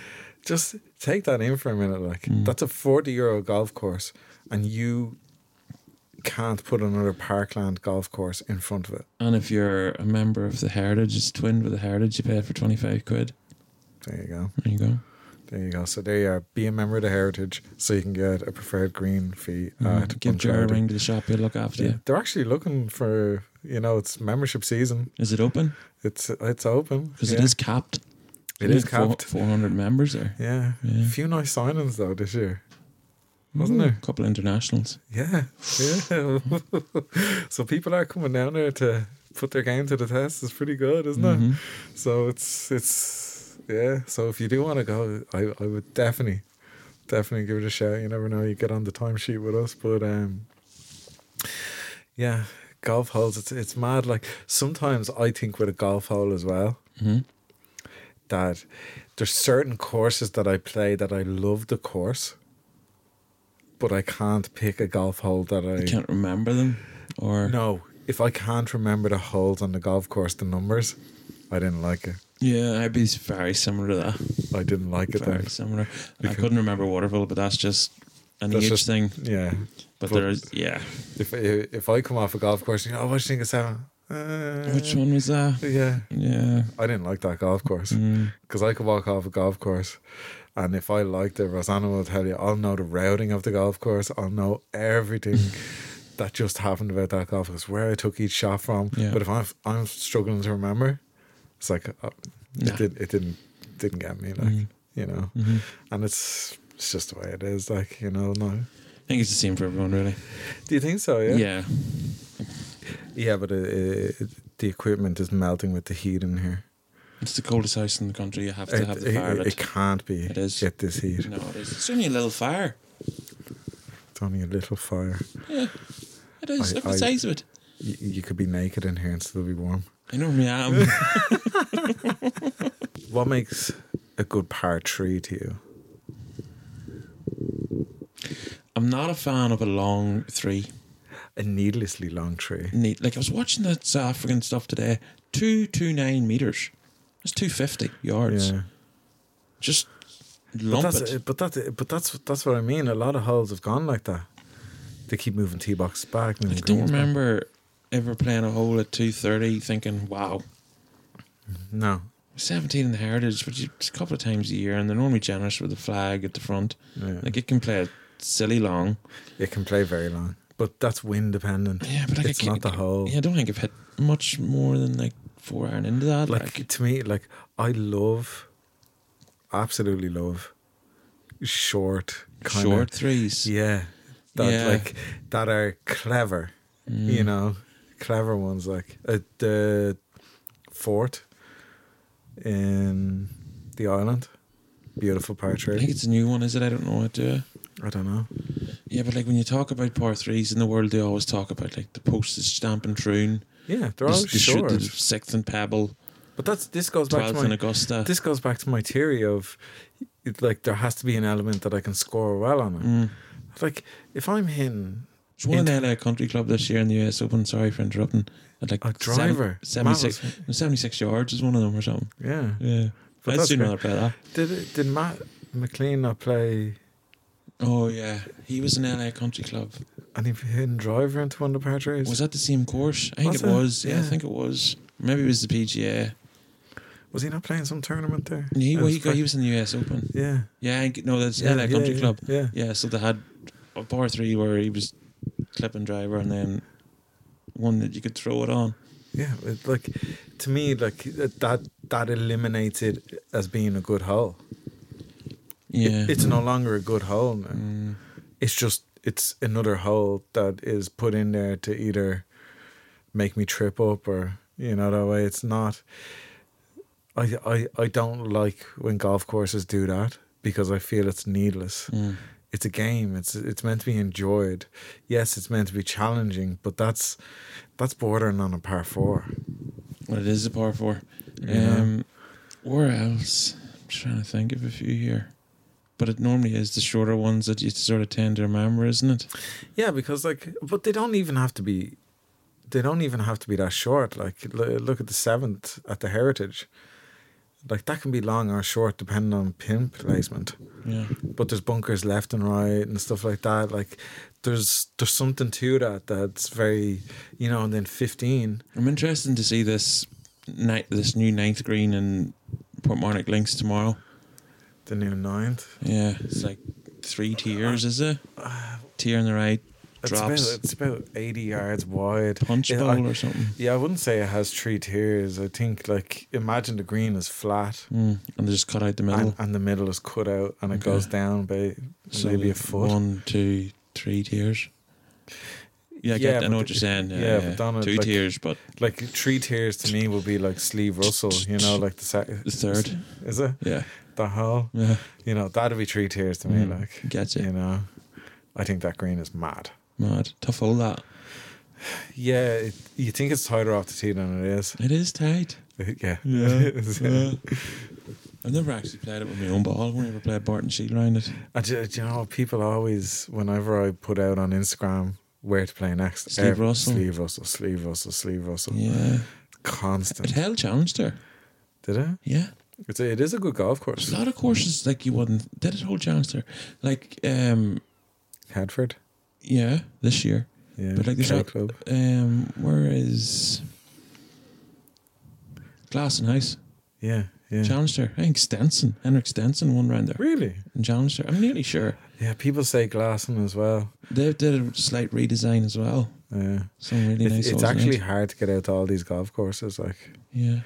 Speaker 1: just take that in for a minute, like
Speaker 2: Mm.
Speaker 1: that's a forty euro golf course, and you can't put another parkland golf course in front of it.
Speaker 2: And if you're a member of the Heritage, it's twinned with the Heritage, you paid for 25 quid.
Speaker 1: There you go,
Speaker 2: There you go.
Speaker 1: there you go. So there you are. Be a member of the heritage, so you can get a preferred green fee uh,
Speaker 2: Mm,
Speaker 1: at
Speaker 2: Give Jar a
Speaker 1: Bunclody.
Speaker 2: ring to the shop, he'll look after
Speaker 1: Yeah.
Speaker 2: you.
Speaker 1: They're actually looking for you know it's membership season.
Speaker 2: Is it open?
Speaker 1: It's it's open
Speaker 2: Because it
Speaker 1: Yeah.
Speaker 2: is capped.
Speaker 1: It
Speaker 2: Only
Speaker 1: is
Speaker 2: four-
Speaker 1: capped.
Speaker 2: 400 members there.
Speaker 1: Yeah.
Speaker 2: Yeah.
Speaker 1: A few nice signings though this year. Wasn't
Speaker 2: Ooh,
Speaker 1: there?
Speaker 2: Mm. couple internationals.
Speaker 1: Yeah. Yeah. so people are coming down there to put their game to the test. It's pretty good, isn't
Speaker 2: Mhm.
Speaker 1: it? So it's it's yeah. So if you do want to go, I, I would definitely definitely give it a shot. You never know, you get on the timesheet with us, but um yeah, golf holes it's it's mad. Like sometimes I think with a golf hole as well.
Speaker 2: Mhm.
Speaker 1: that there's certain courses that I play that I love the course, but I can't pick a golf hole that I
Speaker 2: I can't remember them. Or
Speaker 1: no. If I can't remember the holes on the golf course, the numbers, I didn't like it.
Speaker 2: yeah, I'd be very similar to that.
Speaker 1: I didn't like it.
Speaker 2: Very
Speaker 1: Then.
Speaker 2: similar. I
Speaker 1: Because-
Speaker 2: couldn't remember Waterville, but that's just an
Speaker 1: That's
Speaker 2: age
Speaker 1: just-
Speaker 2: thing.
Speaker 1: Yeah.
Speaker 2: But,
Speaker 1: but-
Speaker 2: there is, yeah.
Speaker 1: If if I come off a golf course, you know, oh, what do you think of seven? Uh,
Speaker 2: Which one was that?
Speaker 1: Yeah.
Speaker 2: Yeah.
Speaker 1: I didn't like that golf course
Speaker 2: Mm.
Speaker 1: because I could walk off a golf course, and if I liked it, Rosanna will tell you I'll know the routing of the golf course. I'll know everything that just happened about that golf course, where I took each shot from.
Speaker 2: Yeah.
Speaker 1: But if I'm I'm struggling to remember, it's like uh,
Speaker 2: Nah.
Speaker 1: it did it didn't didn't get me like
Speaker 2: Mm.
Speaker 1: you know,
Speaker 2: Mhm.
Speaker 1: and it's it's just the way it is like you know no.
Speaker 2: I think it's the same for everyone, really.
Speaker 1: Do you think so? Yeah.
Speaker 2: Yeah.
Speaker 1: Yeah, but it, it, it- the equipment is melting with the heat in here.
Speaker 2: It's the coldest house in the country. You have to
Speaker 1: It,
Speaker 2: have the
Speaker 1: it-
Speaker 2: fire
Speaker 1: it-
Speaker 2: lit.
Speaker 1: it can't be.
Speaker 2: It is.
Speaker 1: Get this heat.
Speaker 2: No, it is. It's only a little fire.
Speaker 1: It's only a little fire.
Speaker 2: Yeah. It is.
Speaker 1: I-
Speaker 2: Look at
Speaker 1: I-
Speaker 2: the size of it.
Speaker 1: You, you could be naked in here and still be warm.
Speaker 2: I normally am.
Speaker 1: What makes a good par three to you?
Speaker 2: I'm not a fan of a long three.
Speaker 1: a needlessly long tree.
Speaker 2: Neat. Like I was watching that South African stuff today. Two two nine meters. That's two fifty yards.
Speaker 1: Yeah.
Speaker 2: Just
Speaker 1: But
Speaker 2: lump
Speaker 1: that's,
Speaker 2: it.
Speaker 1: but that but that's that's what I mean. A lot of holes have gone like that. They keep moving tee boxes back.
Speaker 2: I
Speaker 1: moving
Speaker 2: don't
Speaker 1: greens back.
Speaker 2: remember ever playing a hole at two thirty, thinking, "Wow,
Speaker 1: No.
Speaker 2: seventeen in the Heritage, but you, it's a couple of times a year, and they're normally generous with the flag at the front.
Speaker 1: Yeah.
Speaker 2: Like it can play it silly long.
Speaker 1: It can play very long, but that's wind dependent.
Speaker 2: Yeah, but like,
Speaker 1: It's
Speaker 2: I can't,
Speaker 1: not the hole.
Speaker 2: Yeah, I don't think I've hit much more than like four iron into that. Like,
Speaker 1: Like to me, like I love, absolutely love, short kind
Speaker 2: short threes.
Speaker 1: of yeah, that
Speaker 2: Yeah.
Speaker 1: like that are clever.
Speaker 2: Mm.
Speaker 1: You know, clever ones like at the fort in the island. Beautiful par
Speaker 2: I think
Speaker 1: tree.
Speaker 2: it's a new one, is it? I don't know what to.
Speaker 1: I don't know.
Speaker 2: Yeah, but like when you talk about par threes in the world, they always talk about like the postage stamp and troon,
Speaker 1: Yeah, they're
Speaker 2: the,
Speaker 1: all
Speaker 2: the, shoot-
Speaker 1: short.
Speaker 2: the sixth and pebble,
Speaker 1: But that's this goes back to
Speaker 2: twelfth
Speaker 1: my
Speaker 2: and Augusta.
Speaker 1: this goes back to my theory of it, like there has to be an element that I can score well on it.
Speaker 2: Mm.
Speaker 1: Like if I'm hitting
Speaker 2: She won an LA Country Club this year in the US Open. Sorry for interrupting. At like
Speaker 1: a driver,
Speaker 2: seven- 76, 76 yards is one of them or something.
Speaker 1: Mavis- yeah.
Speaker 2: Yeah,
Speaker 1: But
Speaker 2: I'd
Speaker 1: that's
Speaker 2: sooner
Speaker 1: great.
Speaker 2: not play that.
Speaker 1: Did it, did Matt McLean not play?
Speaker 2: Oh yeah, he was in LA Country Club.
Speaker 1: And he hit driver into one of the par trees.
Speaker 2: Was that the same course? I think
Speaker 1: Was
Speaker 2: it
Speaker 1: it?
Speaker 2: was. Yeah, I
Speaker 1: Yeah.
Speaker 2: think it was. Maybe it was the PGA.
Speaker 1: Was he not playing some tournament there?
Speaker 2: Yeah, He,
Speaker 1: It
Speaker 2: well, he,
Speaker 1: was
Speaker 2: got,
Speaker 1: par-
Speaker 2: he was in the US Open.
Speaker 1: yeah,
Speaker 2: Yeah, I think- no, that's
Speaker 1: yeah,
Speaker 2: LA
Speaker 1: yeah,
Speaker 2: Country
Speaker 1: yeah,
Speaker 2: Club.
Speaker 1: Yeah,
Speaker 2: Yeah, so they had a par three where he was clipping driver and then one that you could throw it on.
Speaker 1: yeah. It, like to me, like that that eliminates it as being a good hole. It-
Speaker 2: Yeah.
Speaker 1: it's no longer a good hole now.
Speaker 2: Mm.
Speaker 1: it's just it's another hole that is put in there to either make me trip up or you know that way it's not I, I I don't like when golf courses do that because I feel it's needless.
Speaker 2: Mm.
Speaker 1: It's a game. It's it's meant to be enjoyed. Yes, it's meant to be challenging, but that's that's bordering on a par four.
Speaker 2: Well, it is a par four.
Speaker 1: Yeah.
Speaker 2: Um, where else? I'm trying to think of a few here. But it normally is the shorter ones that you sort of tend to remember, isn't it?
Speaker 1: Yeah, because like, but they don't even have to be. They don't even have to be that short. Like, l- look at the seventh at the Heritage. Like that can be long or short depending on pin placement.
Speaker 2: Yeah.
Speaker 1: But there's bunkers left and right and stuff like that. Like, there's there's something to that that's very, you know. And then fifteen.
Speaker 2: I'm interested to see this night, this new ninth green in Portmarnock Links tomorrow.
Speaker 1: The new ninth.
Speaker 2: Yeah, it's like three tiers, is it?
Speaker 1: Uh,
Speaker 2: Tier on the right,
Speaker 1: It's
Speaker 2: Drops.
Speaker 1: about it's about eighty yards wide.
Speaker 2: punch
Speaker 1: Yeah,
Speaker 2: bowl
Speaker 1: I-
Speaker 2: or something.
Speaker 1: Yeah, I wouldn't say it has three tiers. I think like imagine the green is flat.
Speaker 2: Mm, and they just cut out the middle.
Speaker 1: And, and the middle is cut out and it
Speaker 2: Okay.
Speaker 1: goes down by
Speaker 2: So
Speaker 1: maybe a
Speaker 2: the
Speaker 1: foot.
Speaker 2: One, two, three tiers. Yeah, I,
Speaker 1: Yeah,
Speaker 2: get, I
Speaker 1: but
Speaker 2: know what
Speaker 1: the-
Speaker 2: you're saying. Yeah,
Speaker 1: yeah,
Speaker 2: yeah.
Speaker 1: but then it,
Speaker 2: two
Speaker 1: like-
Speaker 2: tiers, but
Speaker 1: Like three tiers to me would be like Sleeve Russell, you know, like the second.
Speaker 2: the third.
Speaker 1: Is it?
Speaker 2: Yeah,
Speaker 1: The hole?
Speaker 2: yeah,
Speaker 1: You know, that'd be three tiers to me.
Speaker 2: Mm,
Speaker 1: Like,
Speaker 2: gotcha.
Speaker 1: you know, I think that green is mad.
Speaker 2: mad tough hole that.
Speaker 1: Yeah, it, you think it's tighter off the tee than it is.
Speaker 2: It is tight.
Speaker 1: Yeah.
Speaker 2: yeah. I've never actually played it with my own ball. I've only ever played Barton Shield around it.
Speaker 1: I ju- do you know, people always, whenever I put out on Instagram where to play next,
Speaker 2: Sleeve
Speaker 1: every-
Speaker 2: Russell.
Speaker 1: Sleeve Russell, Sleeve Russell, Sleeve Russell.
Speaker 2: Yeah, it
Speaker 1: Constant.
Speaker 2: held challenged her.
Speaker 1: Did it?
Speaker 2: Yeah,
Speaker 1: It's a, it is a good golf
Speaker 2: there's
Speaker 1: course.
Speaker 2: a lot of courses like you wouldn't. Did it hold challenged her? Like, um,
Speaker 1: Hadford.
Speaker 2: yeah, this year.
Speaker 1: Yeah.
Speaker 2: But like there's
Speaker 1: Cow
Speaker 2: not-
Speaker 1: club.
Speaker 2: Um, where is Glassenhouse?
Speaker 1: Yeah. Yeah.
Speaker 2: Challenged her. I think Stenson, Henrik Stenson, won round there.
Speaker 1: really?
Speaker 2: and challenged her. I'm nearly sure
Speaker 1: Yeah. People say Glasson as well.
Speaker 2: they did a slight redesign as well.
Speaker 1: Yeah.
Speaker 2: Some really
Speaker 1: It's,
Speaker 2: nice.
Speaker 1: it's
Speaker 2: holes in it.
Speaker 1: actually hard to get out to all these golf courses. Like
Speaker 2: yeah.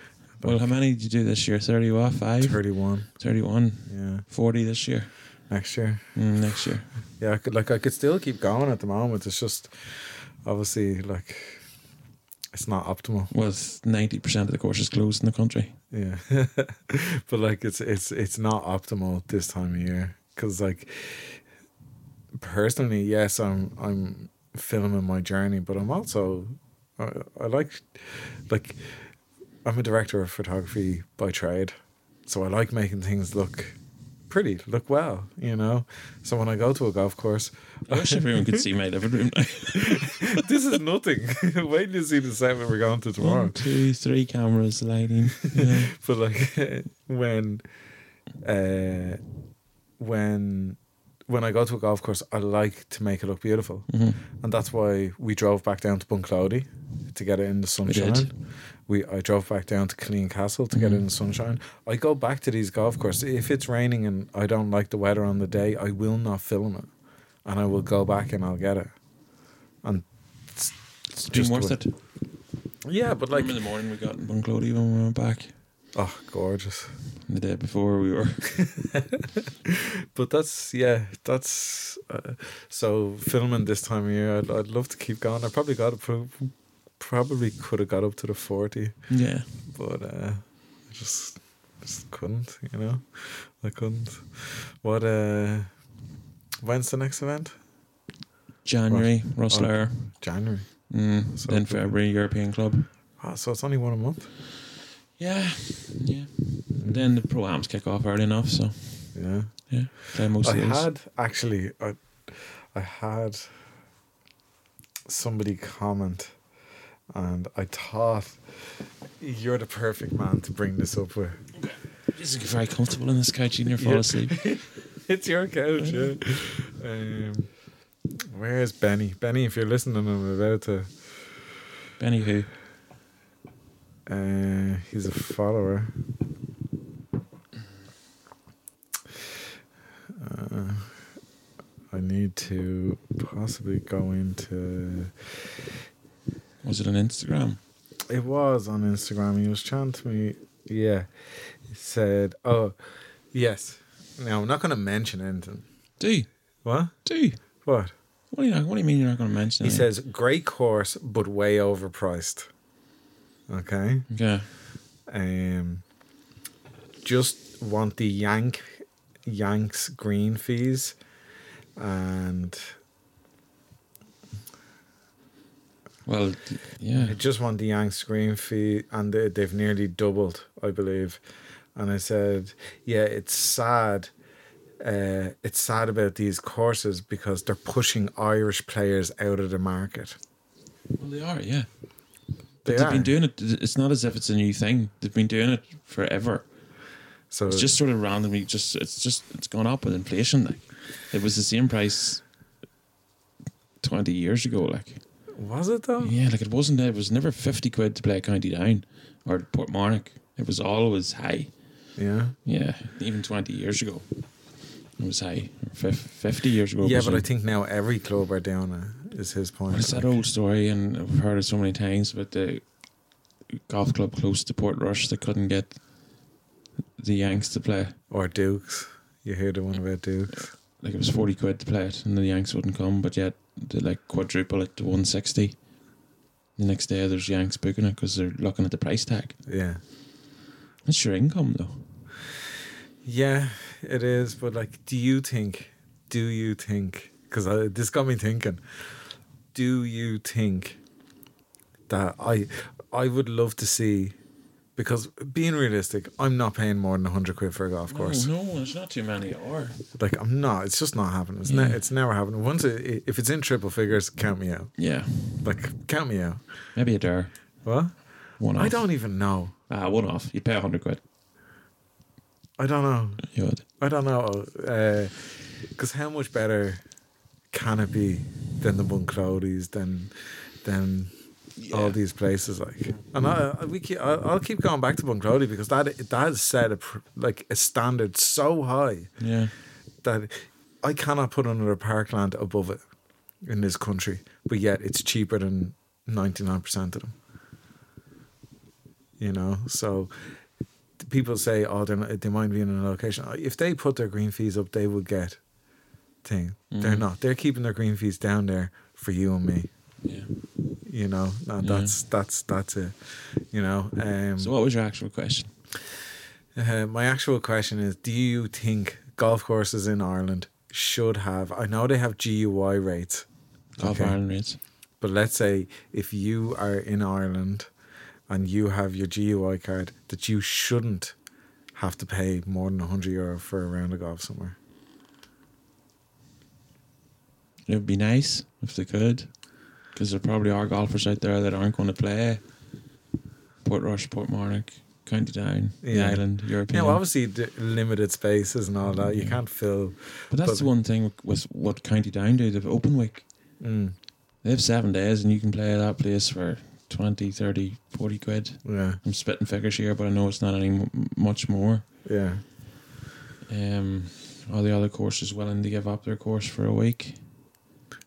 Speaker 2: Well, how many did you do this year? 30 what? 5?
Speaker 1: thirty-one.
Speaker 2: 31?
Speaker 1: Yeah.
Speaker 2: 40 this year?
Speaker 1: Next year.
Speaker 2: Mm, next year.
Speaker 1: Yeah. I could like I could still keep going at the moment. It's just obviously like it's not optimal.
Speaker 2: With 90% of the courses closed in the country.
Speaker 1: Yeah. but like it's it's it's not optimal this time of year cuz like personally yes I'm I'm filming my journey but I'm also I, I like like I'm a director of photography by trade. So I like making things look pretty, look well, you know. So when I go to a golf course,
Speaker 2: I wish everyone could see my living room now.
Speaker 1: this is nothing. Wait till you see the set when we're going to tomorrow.
Speaker 2: One, two, three cameras lighting. Yeah.
Speaker 1: But like when, uh, when, when I go to a golf course, I like to make it look beautiful,
Speaker 2: Mhm.
Speaker 1: and that's why we drove back down to Bunclody to get it in the sunshine.
Speaker 2: did.
Speaker 1: We I drove back down to Killeen Castle to get it in the
Speaker 2: Mm.
Speaker 1: sunshine. I go back to these golf courses. If it's raining and I don't like the weather on the day, I will not film it, and I will go back and I'll get it. And it's, it's
Speaker 2: It's been
Speaker 1: just the
Speaker 2: worth
Speaker 1: way-
Speaker 2: it. Mm.
Speaker 1: Yeah, but like,
Speaker 2: Remember the morning we got in Bunclody when we went back?
Speaker 1: oh, gorgeous.
Speaker 2: The day before we were.
Speaker 1: But that's yeah, that's uh, so filming this time of year. I'd, I'd love to keep going. I probably got up, pro- probably could have got up to the forty,
Speaker 2: Yeah.
Speaker 1: but uh, I just just couldn't. You know, I couldn't. What? uh When's the next event?
Speaker 2: January, Russell
Speaker 1: oh.
Speaker 2: Air.
Speaker 1: January.
Speaker 2: Mm,
Speaker 1: So
Speaker 2: then
Speaker 1: good.
Speaker 2: February, European Club.
Speaker 1: Ah, so it's only one a month.
Speaker 2: Yeah. Yeah.
Speaker 1: Mm.
Speaker 2: Then the pro ams kick off early enough, so
Speaker 1: Yeah.
Speaker 2: yeah. Play most
Speaker 1: I
Speaker 2: of those.
Speaker 1: had actually, I, I had somebody comment, and I thought you're the perfect man to bring this up with.
Speaker 2: This is very comfortable in this couch. You near fall
Speaker 1: Yeah.
Speaker 2: asleep.
Speaker 1: It's your couch, yeah. Um, where's Benny? Benny, if you're listening, I'm about to.
Speaker 2: Benny who?
Speaker 1: Uh, he's a follower. Uh, I need to possibly go into.
Speaker 2: Was it on Instagram?
Speaker 1: It was on Instagram. He was chatting to me. Yeah. He said, Oh, yes. Now, I'm not going to mention anything.
Speaker 2: Do
Speaker 1: What?
Speaker 2: do.
Speaker 1: What?
Speaker 2: What do you What do you mean you're not going to mention
Speaker 1: He
Speaker 2: it?
Speaker 1: says, Great course, but way overpriced. Okay.
Speaker 2: Okay.
Speaker 1: Um, just want the Yank Yanks green fees and
Speaker 2: Well, d- yeah.
Speaker 1: I just want the Yanks green fee, and they, they've nearly doubled, I believe. And I said, yeah, it's sad. Uh, it's sad about these courses because they're pushing Irish players out of the market.
Speaker 2: Well, they are. Yeah.
Speaker 1: They
Speaker 2: But have
Speaker 1: are.
Speaker 2: been doing it. It's not as if it's a new thing. They've been doing it forever.
Speaker 1: so
Speaker 2: It's just sort of randomly. Just it's just it's gone up with inflation. Like it was the same price twenty years ago. Like
Speaker 1: was it though?
Speaker 2: yeah, like it wasn't. It was never fifty quid to play County Down or Portmarnock. It was always high.
Speaker 1: Yeah.
Speaker 2: Yeah, even twenty years ago, it was high. Fif- Fifty years ago. it
Speaker 1: Yeah,
Speaker 2: was
Speaker 1: but
Speaker 2: in-
Speaker 1: I think now every club are down. uh, Is his point?
Speaker 2: Well, it's that old story, and I've heard it so many times. But the golf club close to Port Rush that couldn't get the Yanks to play.
Speaker 1: Or Dukes. You hear the one about Dukes.
Speaker 2: Like it was forty quid to play it, and the Yanks wouldn't come. But yet they like quadruple it to one sixty. The next day, there's Yanks booking it because they're looking at the price tag.
Speaker 1: Yeah.
Speaker 2: That's your income, though.
Speaker 1: Yeah, it is. But like, do you think? Do you think? Because this got me thinking. Do you think that I I would love to see? Because being realistic, I'm not paying more than hundred quid for a golf course.
Speaker 2: No, no, there's not too many. Or
Speaker 1: Like I'm not. It's just not happening. It's, ne-
Speaker 2: Yeah.
Speaker 1: it's never happening. Once it, if it's in triple figures, count me out.
Speaker 2: yeah,
Speaker 1: Like count me out.
Speaker 2: maybe a dare.
Speaker 1: What?
Speaker 2: One off.
Speaker 1: I don't even know.
Speaker 2: Ah, one off. You'd pay a hundred quid.
Speaker 1: I don't know.
Speaker 2: You would.
Speaker 1: I don't know. Because how much better can it be than the Bunclodies, than than all these places? Like, and I, I we keep, I, I'll keep going back to Bunclody because that that has set a pr- like a standard so high
Speaker 2: Yeah.
Speaker 1: that I cannot put another parkland above it in this country. But yet, it's cheaper than ninety nine percent of them. You know, so the people say, "Oh, they're not, they mind being in a location." Uh, If they put their green fees up, they would get thing. They're not. They're keeping their green fees down there for you and me.
Speaker 2: Yeah.
Speaker 1: You know, no, that's that's that's it. You know, um,
Speaker 2: So, what was your actual question?
Speaker 1: uh, my actual question is: Do you think golf courses in Ireland should have? I know they have GUI rates,
Speaker 2: Golf
Speaker 1: Okay.
Speaker 2: Ireland rates.
Speaker 1: but let's say if you are in Ireland and you have your GUI card, that you shouldn't have to pay more than 100 euro for a round of golf somewhere.
Speaker 2: It would be nice if they could, because there probably are golfers out there that aren't going to play Portrush, Portmarnock, County Down, the
Speaker 1: Yeah.
Speaker 2: island, European.
Speaker 1: Yeah, well, obviously, d- limited spaces and all that. You
Speaker 2: Yeah.
Speaker 1: can't fill.
Speaker 2: but that's
Speaker 1: but-
Speaker 2: the one thing with what County Down do. They've open week.
Speaker 1: Mm,
Speaker 2: They have seven days, and you can play at that place for 20, 30, 40 quid.
Speaker 1: yeah,
Speaker 2: I'm spitting figures here, but I know it's not any m- much more.
Speaker 1: yeah.
Speaker 2: Um, all the other courses willing to give up their course for a week.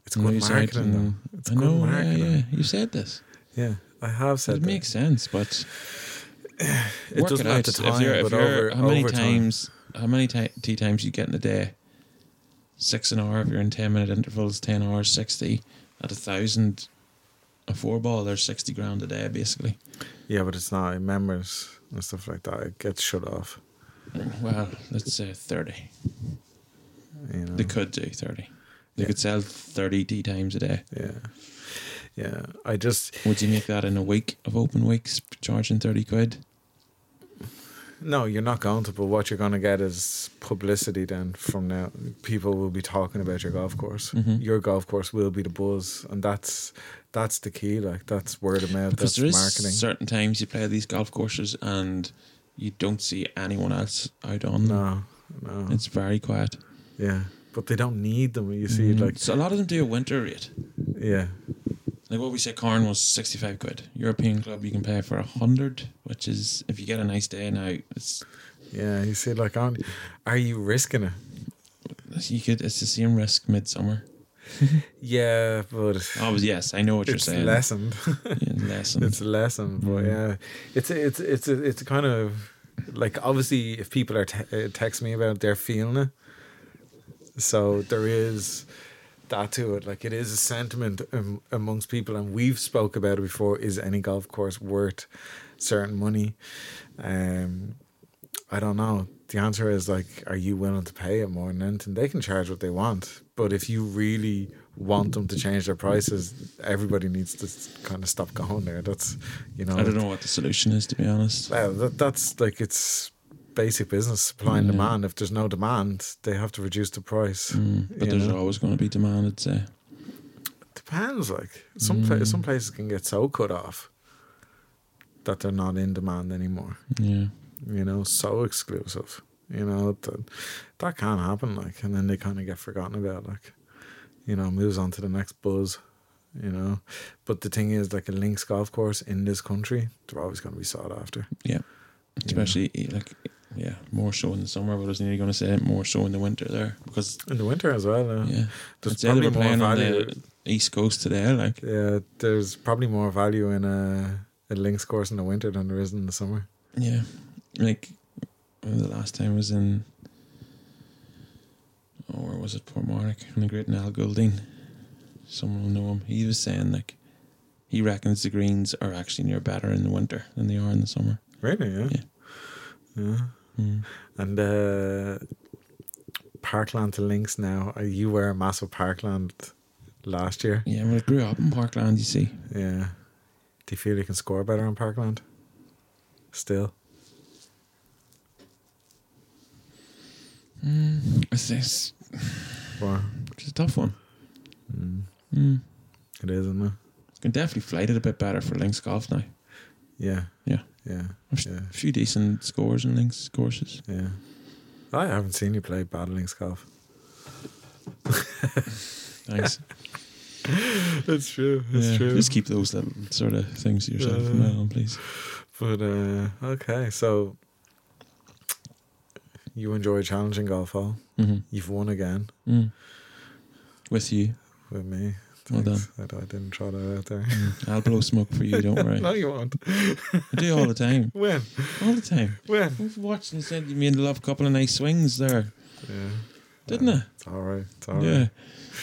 Speaker 1: It's good marketing, though. It's
Speaker 2: I
Speaker 1: good
Speaker 2: know,
Speaker 1: marketing.
Speaker 2: yeah, yeah. You said this.
Speaker 1: Yeah, I have said
Speaker 2: it
Speaker 1: that.
Speaker 2: makes sense, but
Speaker 1: It
Speaker 2: work
Speaker 1: doesn't
Speaker 2: it
Speaker 1: have
Speaker 2: out.
Speaker 1: to
Speaker 2: if
Speaker 1: time,
Speaker 2: you're, if
Speaker 1: but
Speaker 2: you're,
Speaker 1: over,
Speaker 2: how many
Speaker 1: over time.
Speaker 2: times, how many ti tea times you get in a day? Six an hour. If you're in ten minute intervals, ten hours, sixty at a thousand. A four ball, there's sixty grand a day, basically.
Speaker 1: Yeah, but it's not in members and stuff like that. It gets shut off.
Speaker 2: Well, let's say thirty.
Speaker 1: You know?
Speaker 2: They could do thirty. They
Speaker 1: Yeah.
Speaker 2: could sell thirty tea times a day.
Speaker 1: Yeah, yeah. I just
Speaker 2: Would you make that in a week of open weeks, charging thirty quid?
Speaker 1: no, you're not going to. But what you're going to get is publicity. Then from now, people will be talking about your golf course.
Speaker 2: Mhm.
Speaker 1: Your golf course will be the buzz, and that's that's the key. Like that's word of mouth. that's
Speaker 2: Because there is
Speaker 1: marketing.
Speaker 2: certain times you play these golf courses and you don't see anyone else out on them.
Speaker 1: no, no.
Speaker 2: It's very quiet.
Speaker 1: yeah, but they don't need them. You see,
Speaker 2: Mhm.
Speaker 1: like
Speaker 2: so a lot of them do a winter rate.
Speaker 1: yeah,
Speaker 2: Like what we said, Corn was sixty five quid. European club you can pay for a hundred, which is if you get a nice day now, it's
Speaker 1: yeah. You see, like on, are you risking it?
Speaker 2: you could it's the same risk midsummer.
Speaker 1: Yeah, but
Speaker 2: Oh yes, I know what you're
Speaker 1: it's
Speaker 2: saying.
Speaker 1: lessened.
Speaker 2: Yeah, less than-
Speaker 1: it's a lesson, but
Speaker 2: Mm.
Speaker 1: yeah, it's a, it's it's a, it's a kind of like obviously if people are te- uh, text me about it, they're feeling it, so there is that to it. Like it is a sentiment um, amongst people, and we've spoke about it before. Is any golf course worth certain money? Um, I don't know. The answer is like, are you willing to pay it more than anything? They can charge what they want, but if you really want them to change their prices, everybody needs to s- kind of stop going there. That's you know,
Speaker 2: I don't know what the solution is to be honest.
Speaker 1: well, that, that's like it's basic business supply and
Speaker 2: Yeah.
Speaker 1: demand. If there's no demand, they have to reduce the price.
Speaker 2: Mm, but
Speaker 1: you
Speaker 2: there's
Speaker 1: know.
Speaker 2: always going to be demand. I'd say.
Speaker 1: Depends. Like some
Speaker 2: Mm.
Speaker 1: pla- some places can get so cut off that they're not in demand anymore.
Speaker 2: Yeah.
Speaker 1: you know, so exclusive. You know, that, that can happen, like, and then they kind of get forgotten about, like, you know, moves on to the next buzz, you know. But the thing is, like, a links golf course in this country, they're always going to be sought after.
Speaker 2: especially eh, like yeah, more so in the summer. But I was nearly going to say more so in the winter there because
Speaker 1: In the winter as well, uh,
Speaker 2: yeah,
Speaker 1: there's
Speaker 2: I'd say they
Speaker 1: probably
Speaker 2: were
Speaker 1: more
Speaker 2: playing on
Speaker 1: value.
Speaker 2: the east coast today. Like
Speaker 1: yeah, there's probably more value in a, a links course in the winter than there is in the summer.
Speaker 2: yeah, like when the last time I was in. Oh, where was it? Portmarnock and the great Niall Goulding. Someone will know him. He was saying like he reckons the greens are actually near better in the winter than they are in the summer.
Speaker 1: Really, yeah.
Speaker 2: Yeah.
Speaker 1: yeah. Hmm.
Speaker 2: Mm.
Speaker 1: And uh, Parkland to Links now. Uh, You were a massive Parkland last year.
Speaker 2: Yeah, well, I grew up in Parkland. You see,
Speaker 1: Yeah. Do you feel you can score better on Parkland? Still. Hmm.
Speaker 2: mm, it's, it's,
Speaker 1: Or,
Speaker 2: it's a tough one.
Speaker 1: mm,
Speaker 2: Mm.
Speaker 1: it is, isn't it?
Speaker 2: Can definitely flight it a bit better for links golf now.
Speaker 1: Yeah.
Speaker 2: Yeah.
Speaker 1: Yeah. Yeah.
Speaker 2: A few decent scores in links courses.
Speaker 1: Yeah. I haven't seen you play bad links golf.
Speaker 2: Thanks.
Speaker 1: It's true.
Speaker 2: Yeah, Just keep those little sort of things to yourself from now on, please.
Speaker 1: But, uh, okay. So, you enjoy challenging golf, all.
Speaker 2: Mm-hmm.
Speaker 1: You've won again
Speaker 2: Mm. With you,
Speaker 1: with me.
Speaker 2: Well
Speaker 1: Thanks. I, I didn't try that out there.
Speaker 2: I'll blow smoke for you. Don't worry.
Speaker 1: no, you won't.
Speaker 2: I do all the time.
Speaker 1: When?
Speaker 2: All the time.
Speaker 1: When?
Speaker 2: We've watched and said you made a love couple of nice swings there,
Speaker 1: Yeah.
Speaker 2: didn't I?
Speaker 1: It's all right. It's all right.
Speaker 2: yeah.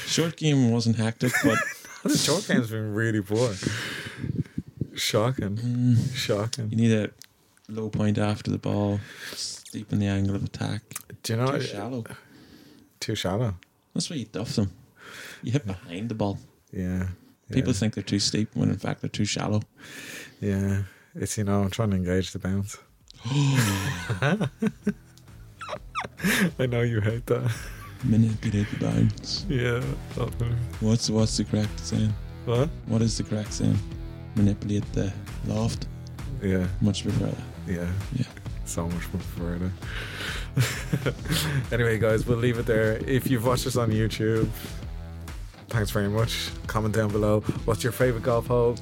Speaker 2: Short game wasn't hectic, but
Speaker 1: The short game's been really poor. Shocking.
Speaker 2: mm, you
Speaker 1: Shocking.
Speaker 2: need a low point after the ball, steep in the angle of attack,
Speaker 1: Do you know
Speaker 2: too shallow.
Speaker 1: Too shallow.
Speaker 2: That's why you duff them. You hit behind the ball.
Speaker 1: Yeah. yeah,
Speaker 2: People think they're too steep when in fact they're too shallow.
Speaker 1: Yeah. It's you know, I'm trying to engage the bounce. I know you hate that.
Speaker 2: Manipulate the bounds.
Speaker 1: Yeah. Oh,
Speaker 2: What's what's the correct saying?
Speaker 1: What?
Speaker 2: What is the correct saying? Manipulate the loft.
Speaker 1: Yeah.
Speaker 2: Much prefer that.
Speaker 1: Yeah.
Speaker 2: Yeah.
Speaker 1: So much more prefer it. anyway, guys, we'll leave it there. If you've watched us on YouTube, thanks very much. Comment down below. What's your favorite golf hole?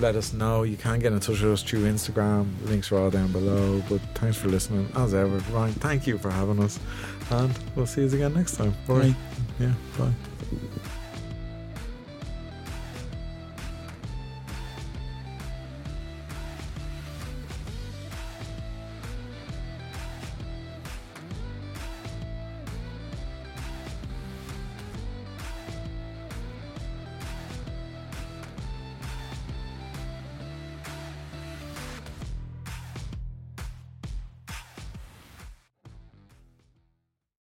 Speaker 1: Let us know. You can get in touch with us through Instagram. Links are all down below. But thanks for listening. As ever, Ryan, thank you for having us. And we'll see you again next time. Bye.
Speaker 2: Right.
Speaker 1: Yeah, bye.